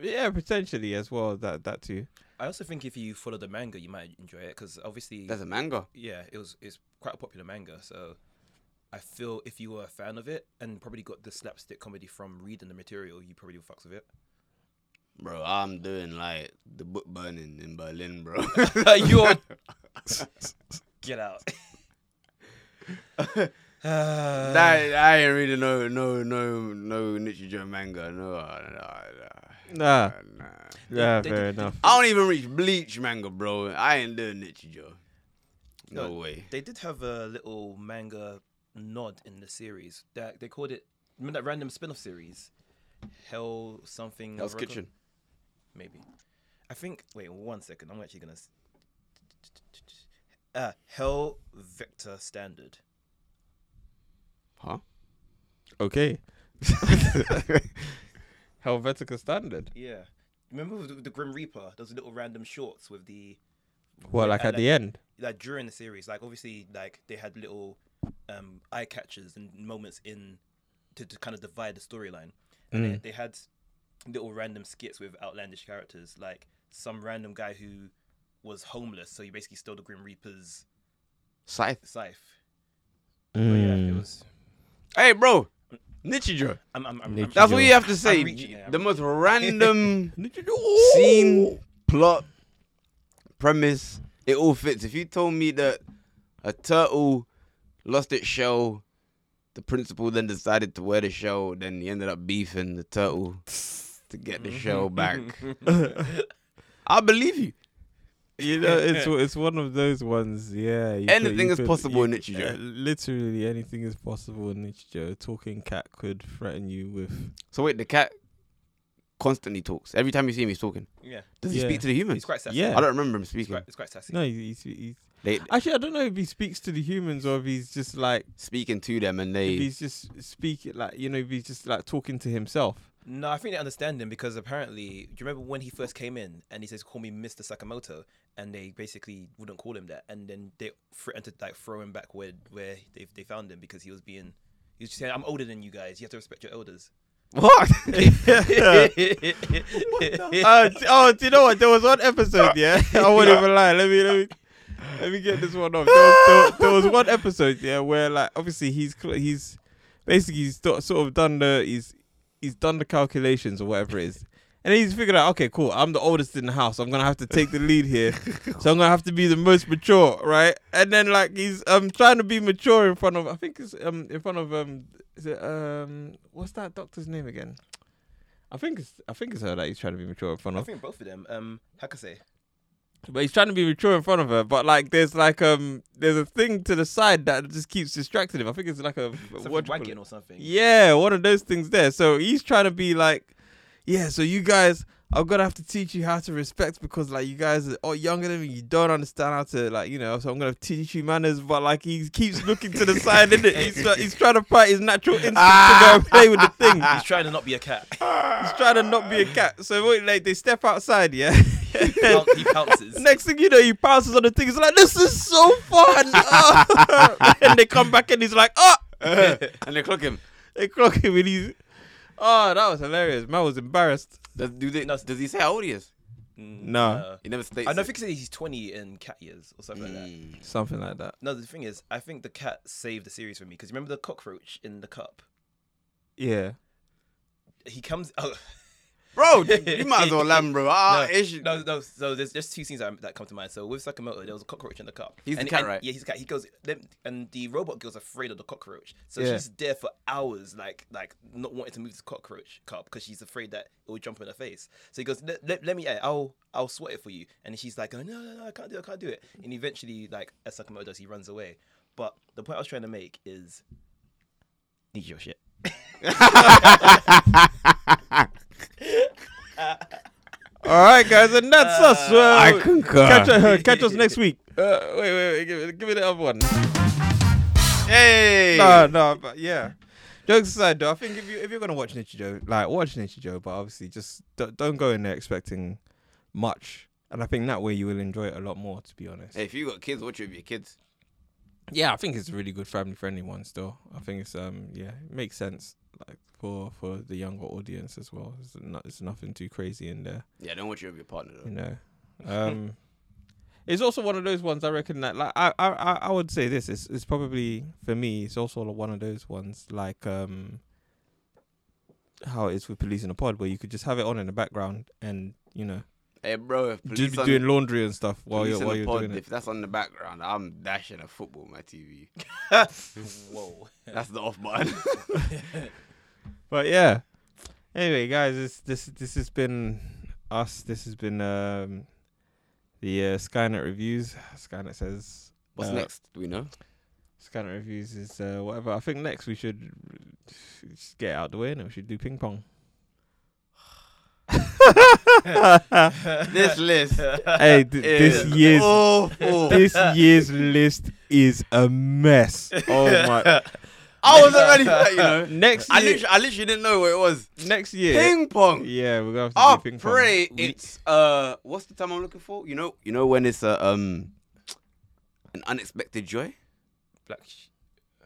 yeah, potentially as well that that too. I also think if you follow the manga, you might enjoy it because obviously, There's a manga. yeah, it was it's quite a popular manga. So I feel if you were a fan of it and probably got the slapstick comedy from reading the material, you probably would fucks with it. Bro, I'm doing like the book burning in Berlin, bro. You're get out. that, Uh, I ain't reading no, no, no, no Nichijou manga. No, no, Nah, no, nah. yeah, they- fair they- enough. I don't even reach Bleach manga, bro. I ain't doing Nichijou. No, No, way. They did have a little manga nod in the series. That they called it remember that random spin-off series, Hell something. Hell's or other? Kitchen. maybe. I think. Wait, one second. I'm actually gonna. s- Uh, Hell Vector Standard. Huh? Okay. Helvetica standard. Yeah. Remember with the, the Grim Reaper? Those little random shorts with the Well, Yeah, like I at the end. like during the series. Like obviously, like they had little um eye catchers and moments in to, to kind of divide the storyline. And they, they had little random skits with outlandish characters, like some random guy who was homeless, so he basically stole the Grim Reaper's Scythe. scythe. But yeah, it was. Hey, bro. Nichijou. I'm, I'm, I'm, That's I'm, what you have to say. reaching there, I'm The most random Mm. scene, plot, premise, it all fits. If you told me that a turtle lost its shell, the principal then decided to wear the shell, then he ended up beefing the turtle to get the shell back. I believe you. You know, it's it's one of those ones. Yeah, you Anything is possible in Nichijou. uh, literally anything is possible in Nichijou. A Talking cat could threaten you with. So wait, the cat constantly talks. Every time you see him, he's talking. yeah, Does he Yeah. speak to the humans? he's quite sassy. Yeah. I don't remember him He's speaking. quite, he's quite sassy. No, he's, he's, he's They actually I don't know if he speaks to the humans or if he's just like speaking to them, and if they he's just speaking like you know if he's just like talking to himself. No, I think they understand him because apparently, do you remember when he first came in and he says, "Call me Mr. Sakamoto," and they basically wouldn't call him that, and then they threatened to like throw him back where where they, they found him because he was being he was just saying, "I'm older than you guys. You have to respect your elders." what? uh, d- oh, do you know what? There was one episode, yeah. I won't even lie. Let me let me let me get this one off. There was, there, there was one episode, yeah, where like obviously he's cl- he's basically he's do- sort of done the he's he's done the calculations or whatever it is. And he's figured out, okay, cool. I'm the oldest in the house. I'm gonna have to take the lead here, so I'm gonna have to be the most mature, right? And then like he's um trying to be mature in front of, I think it's um in front of um is it um what's that doctor's name again? I think it's I think it's her that he's trying to be mature in front I of. think both of them. Um, Hakase. But he's trying to be mature in front of her. But like, there's like um, there's a thing to the side that just keeps distracting him. I think it's like a Something what do you call wagging it? or something. yeah, one of those things there. So he's trying to be like, yeah. So you guys, I'm gonna have to teach you how to respect because like you guys are all younger than me. You don't understand how to like you know. So I'm gonna teach you manners. But like he keeps looking to the side, innit? He's like, he's trying to fight his natural instinct to go and play with the thing. He's trying to not be a cat. He's trying to not be a cat. So wait, like they step outside, yeah. He poun- he pounces. Next thing you know, he pounces on the thing. He's like, "This is so fun!" Oh. and they come back and he's like, "Oh!" and they clock him. They clock him and he's, "Oh, that was hilarious." Man was embarrassed. Does, do they, No. does he say how old he is? No. Uh, He never states. I don't it. think he said he's 20 in cat years or something like that. Mm. Something like that. No, the thing is, I think the cat saved the series for me because remember the cockroach in the cup? Yeah. He comes. Oh, Bro, you might as well land, bro. Ah, no, ish. no, no. So there's just two scenes that, that come to mind. So with Sakamoto, there was a cockroach in the cup. He's the and, cat, and- right? Yeah, he's a cat. He goes, then- and the robot girl's afraid of the cockroach, so Yeah. she's there for hours, like like not wanting to move the cockroach cup because she's afraid that it will jump in her face. So he goes, let, let, let me, at it. I'll I'll sweat it for you. And she's like, "Oh, no, no, no, I can't do it, I can't do it. And eventually, like as Sakamoto does, he runs away. But the point I was trying to make is, need your shit. All right, guys, and that's us. Uh, I concur. catch, uh, catch us next week. Uh, wait, wait, wait. Give me, give me the other one. Hey. No, no, but yeah. Jokes aside, though, I think if you if you're gonna watch Nichijou, like watch Nichijou, but obviously just d- don't go in there expecting much, and I think that way you will enjoy it a lot more. To be honest, Hey, if you got kids, watch it with your kids. yeah, I think it's a really good family friendly one. Still, I think it's um yeah it makes sense like for for the younger audience as well. It's not it's nothing too crazy in there, Yeah, don't watch it with your partner you though. know. Um, it's also one of those ones I reckon that like I I I- I would say this is it's probably for me it's also one of those ones like um how it is with police in a pod where you could just have it on in the background and you know Hey, bro, if police just be on, doing laundry and stuff while police you're on while the you're pod, doing it. if that's on the background, I'm dashing a football on my TV. Whoa. That's the off button. But yeah. Anyway, guys, this this this has been us. This has been um the uh, Skynet reviews. Skynet says What's Uh, next? Do we know? Skynet reviews is uh, whatever. I think next we should just get out the way and we should do ping pong. this list. hey, th- this is year's awful. this year's list is a mess. Oh my! I wasn't ready for that, you know. Next I year, literally, I literally didn't know what it was. next year, Ping pong. yeah, we're gonna have to I do ping pong. pray We- it's uh what's the time I'm looking for? You know you know when it's uh, um an unexpected joy? Black. Sh-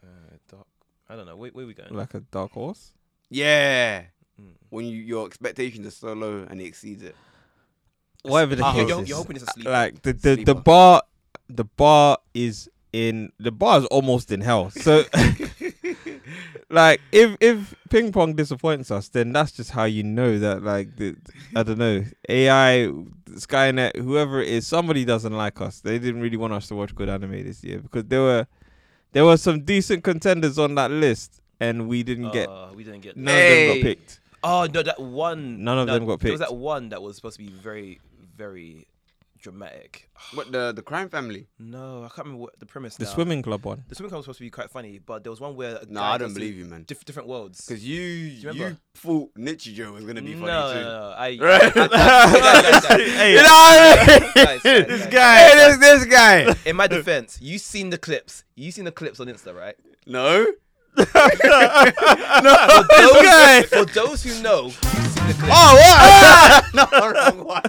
uh, dark. I don't know. Where, where we going? like a dark horse. Yeah. Mm. When you, your expectations are so low and it exceeds it. whatever the Ah, case you're, is, you're hoping it's a sleep. like the the, the Sleeper. bar, the bar is in the bar is almost in hell. So, like if if ping pong disappoints us, then that's just how you know that like the I don't know AI Skynet whoever it is somebody doesn't like us. They didn't really want us to watch good anime this year because there were there were some decent contenders on that list, and we didn't get Uh, we didn't get. none of them Hey. got picked. Oh no, that one. None of no, them got There was picked. that one that was supposed to be very, very dramatic. What the the crime family? No, I can't remember what the premise. The now. swimming club one. The swimming club was supposed to be quite funny, but there was one where. a No, guy I don't goes to believe you, man. Diff- different worlds. Because you you, remember? thought Nichijou was gonna be funny no, no, too. no, I. Right? I- I- guys, guys, guys. Hey. You know what I mean? Guys, guys, This guys. guy. Hey, this this guy. In my defense, you seen the clips. You seen the clips on Insta, right? No. no, Those- this guy. For those who know, you seen the clips. Oh, what? no, wrong one.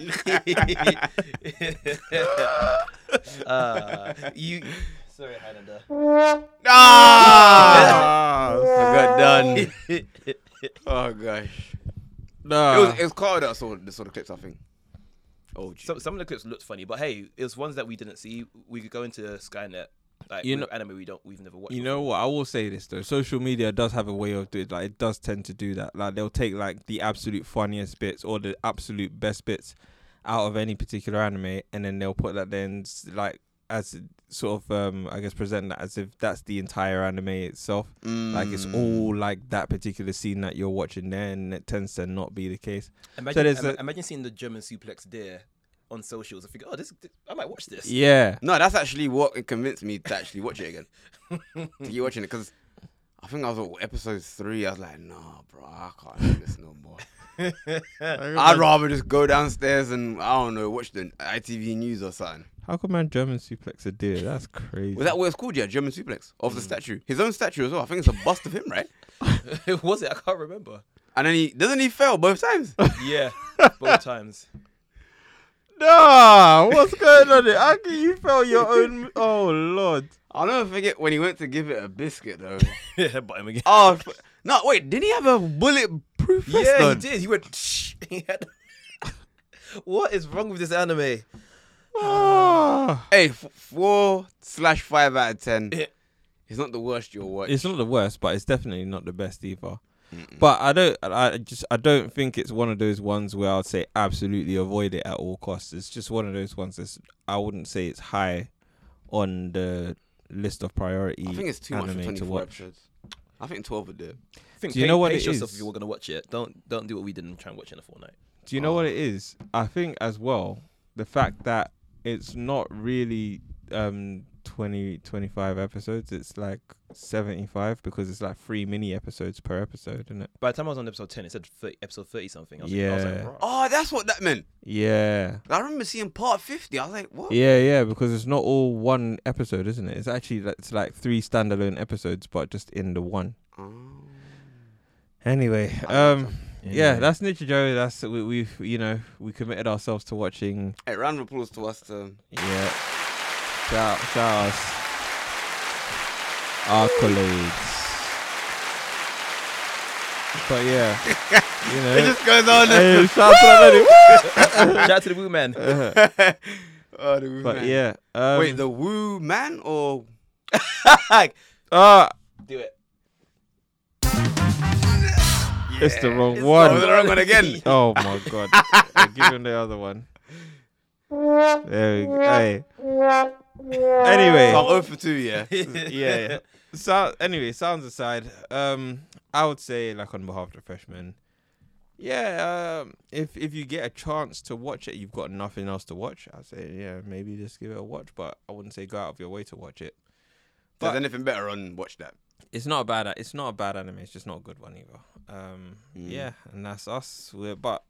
uh, you. Sorry, Highlander. Ah! I got done. Oh gosh. It Uh. was it was Carter that saw the sort of clips I think. Oh, gee. some some of the clips looked funny, but hey, it was ones that we didn't see. We could go into Skynet, like You you know- anime we don't we've never watched. you know what? I will say this though. Social media does have a way of doing like it does tend to do that. Like they'll take like the absolute funniest bits or the absolute best bits out of any particular anime, and then they'll put that then s- like as sort of um I guess present that as if that's the entire anime itself. Like it's all like that particular scene that you're watching there, and it tends to not be the case. Imagine, there's ima- a- imagine seeing the German suplex deer on socials and figure, oh, this, this- I might watch this. Yeah. No, that's actually what convinced me to actually watch it again. to keep watching it because I think I was on episode three. I was like, nah, bro, I can't do this no more. I'd rather just go downstairs and I don't know, watch the ITV news or something. How come man German suplex a deer? That's crazy. Was that what it's called? Yeah, German suplex of Hmm. the statue, his own statue as well. I think it's a bust of him, right? was it? I can't remember. And then he doesn't he fail both times. Yeah, both times. Nah, what's going on there? How can you fail your own? Oh lord. I'll never forget when he went to give it a biscuit though. Yeah, but him again. oh f- no, wait, didn't he have a bulletproof vest Yeah, on? he did. He went. Shh. He had... what is wrong with this anime? Ah. Hey, f- four slash five out of ten. Yeah. It's not the worst you'll watch. It's not the worst, but it's definitely not the best either. But I don't. I I just. I don't think it's one of those ones where I'd say absolutely avoid it at all costs. It's just one of those ones that's. I wouldn't say it's high on the list of priority. I think it's too much for anime to 24 watch. episodes. I think 12 would do it. Think, Do you pa- know what pace it yourself is? if you were gonna watch it. Don't don't do what we did and try and watch it in a fortnight. Do you know what it is? I think as well the fact that it's not really um 20 25 episodes. It's like 75 because it's like three mini episodes per episode, isn't it? By the time I was on episode ten, it said 30, episode thirty something. I was like, I was like, Yeah. "Rah." Oh, that's what that meant. Yeah. I remember seeing part 50. I was like, what? Yeah, yeah, because it's not all one episode, isn't it? It's actually like- it's like three standalone episodes but just in the one. Oh. Anyway, I like um yeah, that's Nichijou. That's we we've you know, we committed ourselves to watching Hey, round of applause to us. uh, To... Yeah. Shout, shout us. Our colleagues. But yeah, you It know. just goes on. Hey, shout out to Shout out to the Woo Man. the lady. Woo! oh, the Woo But Man. yeah. Um, Wait, the Woo Man or. ah, Do it. it's the wrong It's one. the wrong one again. Oh my god. I give him the other one. There we go. Hey. Anyway. So I'm 0 for 2, yeah. yeah, yeah. So anyway, sounds aside, um, I would say like on behalf of the freshmen, yeah, um, if if you get a chance to watch it, you've got nothing else to watch. I'd say yeah, maybe just give it a watch, but I wouldn't say go out of your way to watch it. If But- there's anything better on Watch That. It's not a bad it's not a bad anime. It's just not a good one either. Um, Hmm. yeah, and that's us. We're but.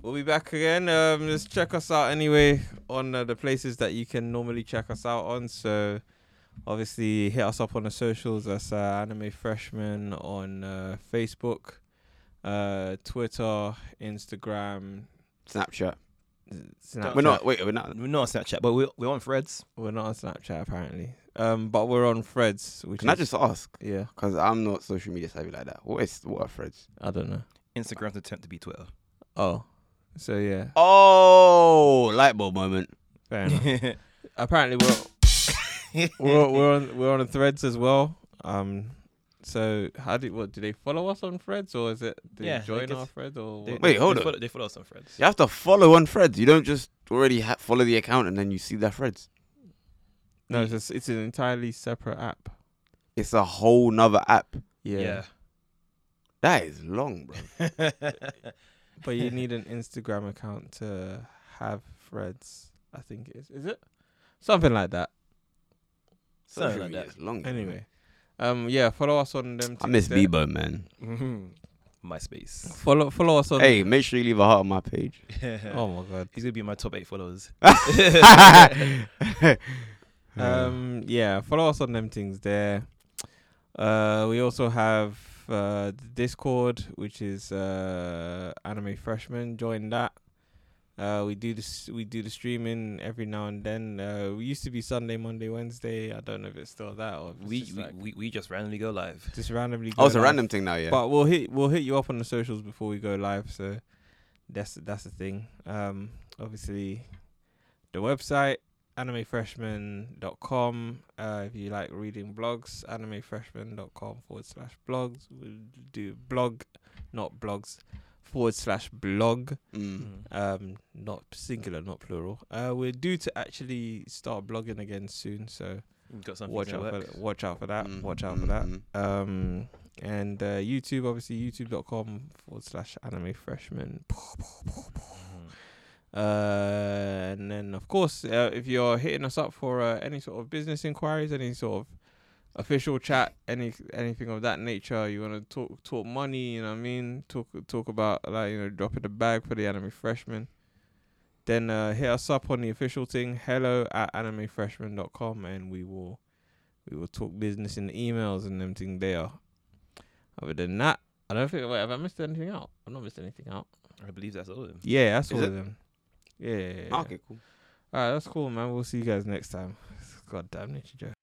We'll be back again. Um, just check us out anyway on uh, the places that you can normally check us out on. So, obviously hit us up on the socials that's uh, anime freshman on uh, facebook uh, twitter instagram Snapchat. snapchat We're not. Wait, we're not. We're not on Snapchat, but we're, we're on threads. we're not on snapchat apparently um but we're on threads which Can is, I just ask? yeah Because I'm not social media savvy like that. What is what are threads? i don't know Instagram's attempt to be Twitter. oh So yeah, Oh, light bulb moment. fair enough. uh, Apparently we're we're we're on we're on threads as well. Um, so how did what do they follow us on threads or is it do they Yeah, they join could- our thread or They- what? Wait, hold they up. Follow, they follow us on Threads. You have to follow on threads. You don't just already ha- follow the account and then you see their threads. no? It's just, it's an entirely separate app. It's a whole nother app. Yeah. That is long, bro. but you need an Instagram account to have threads. I think it is. Is it something like that? Something Social like media that. is long. Anyway, um, yeah, follow us on them. I miss to get- Bebo, man. Mm-hmm. MySpace. Follow follow us on. Hey, make sure you leave a heart on my page. Oh my god. He's gonna be my top eight followers. Um, yeah, follow us on them things there. Uh, we also have uh, the Discord, which is uh, Anime Freshman. Join that. Uh, we do this. We do the streaming every now and then. Uh, we used to be Sunday, Monday, Wednesday. I don't know if it's still that or if it's we, just, we, like, we we just randomly go live. just randomly. oh, it's go a live. random thing now, yeah. But we'll hit we'll hit you up on the socials before we go live, so that's that's the thing. Um obviously the website animefreshman.com uh if you like reading blogs animefreshman.com forward slash blogs we'll do blog not blogs forward slash blog Mm. um not singular not plural uh we're due to actually start blogging again soon so We've Got something watch to out work. for watch out for that Mm, watch out mm, for that mm. um and uh, youtube obviously youtube.com forward slash anime freshman Mm. uh and then of course uh, if you're hitting us up for uh, any sort of business inquiries any sort of official chat any anything of that nature you want to talk talk money you know what i mean talk talk about like you know dropping the bag for the anime freshman then uh, hit us up on the official thing hello at animefreshman.com and we will we will talk business in the emails and them thing there other than that i don't think wait have i missed anything out i've not missed anything out I believe that's all of them. yeah that's Is all it? of them yeah, yeah, yeah, yeah. Okay, cool. all right that's cool man we'll see you guys next time god damn nature joe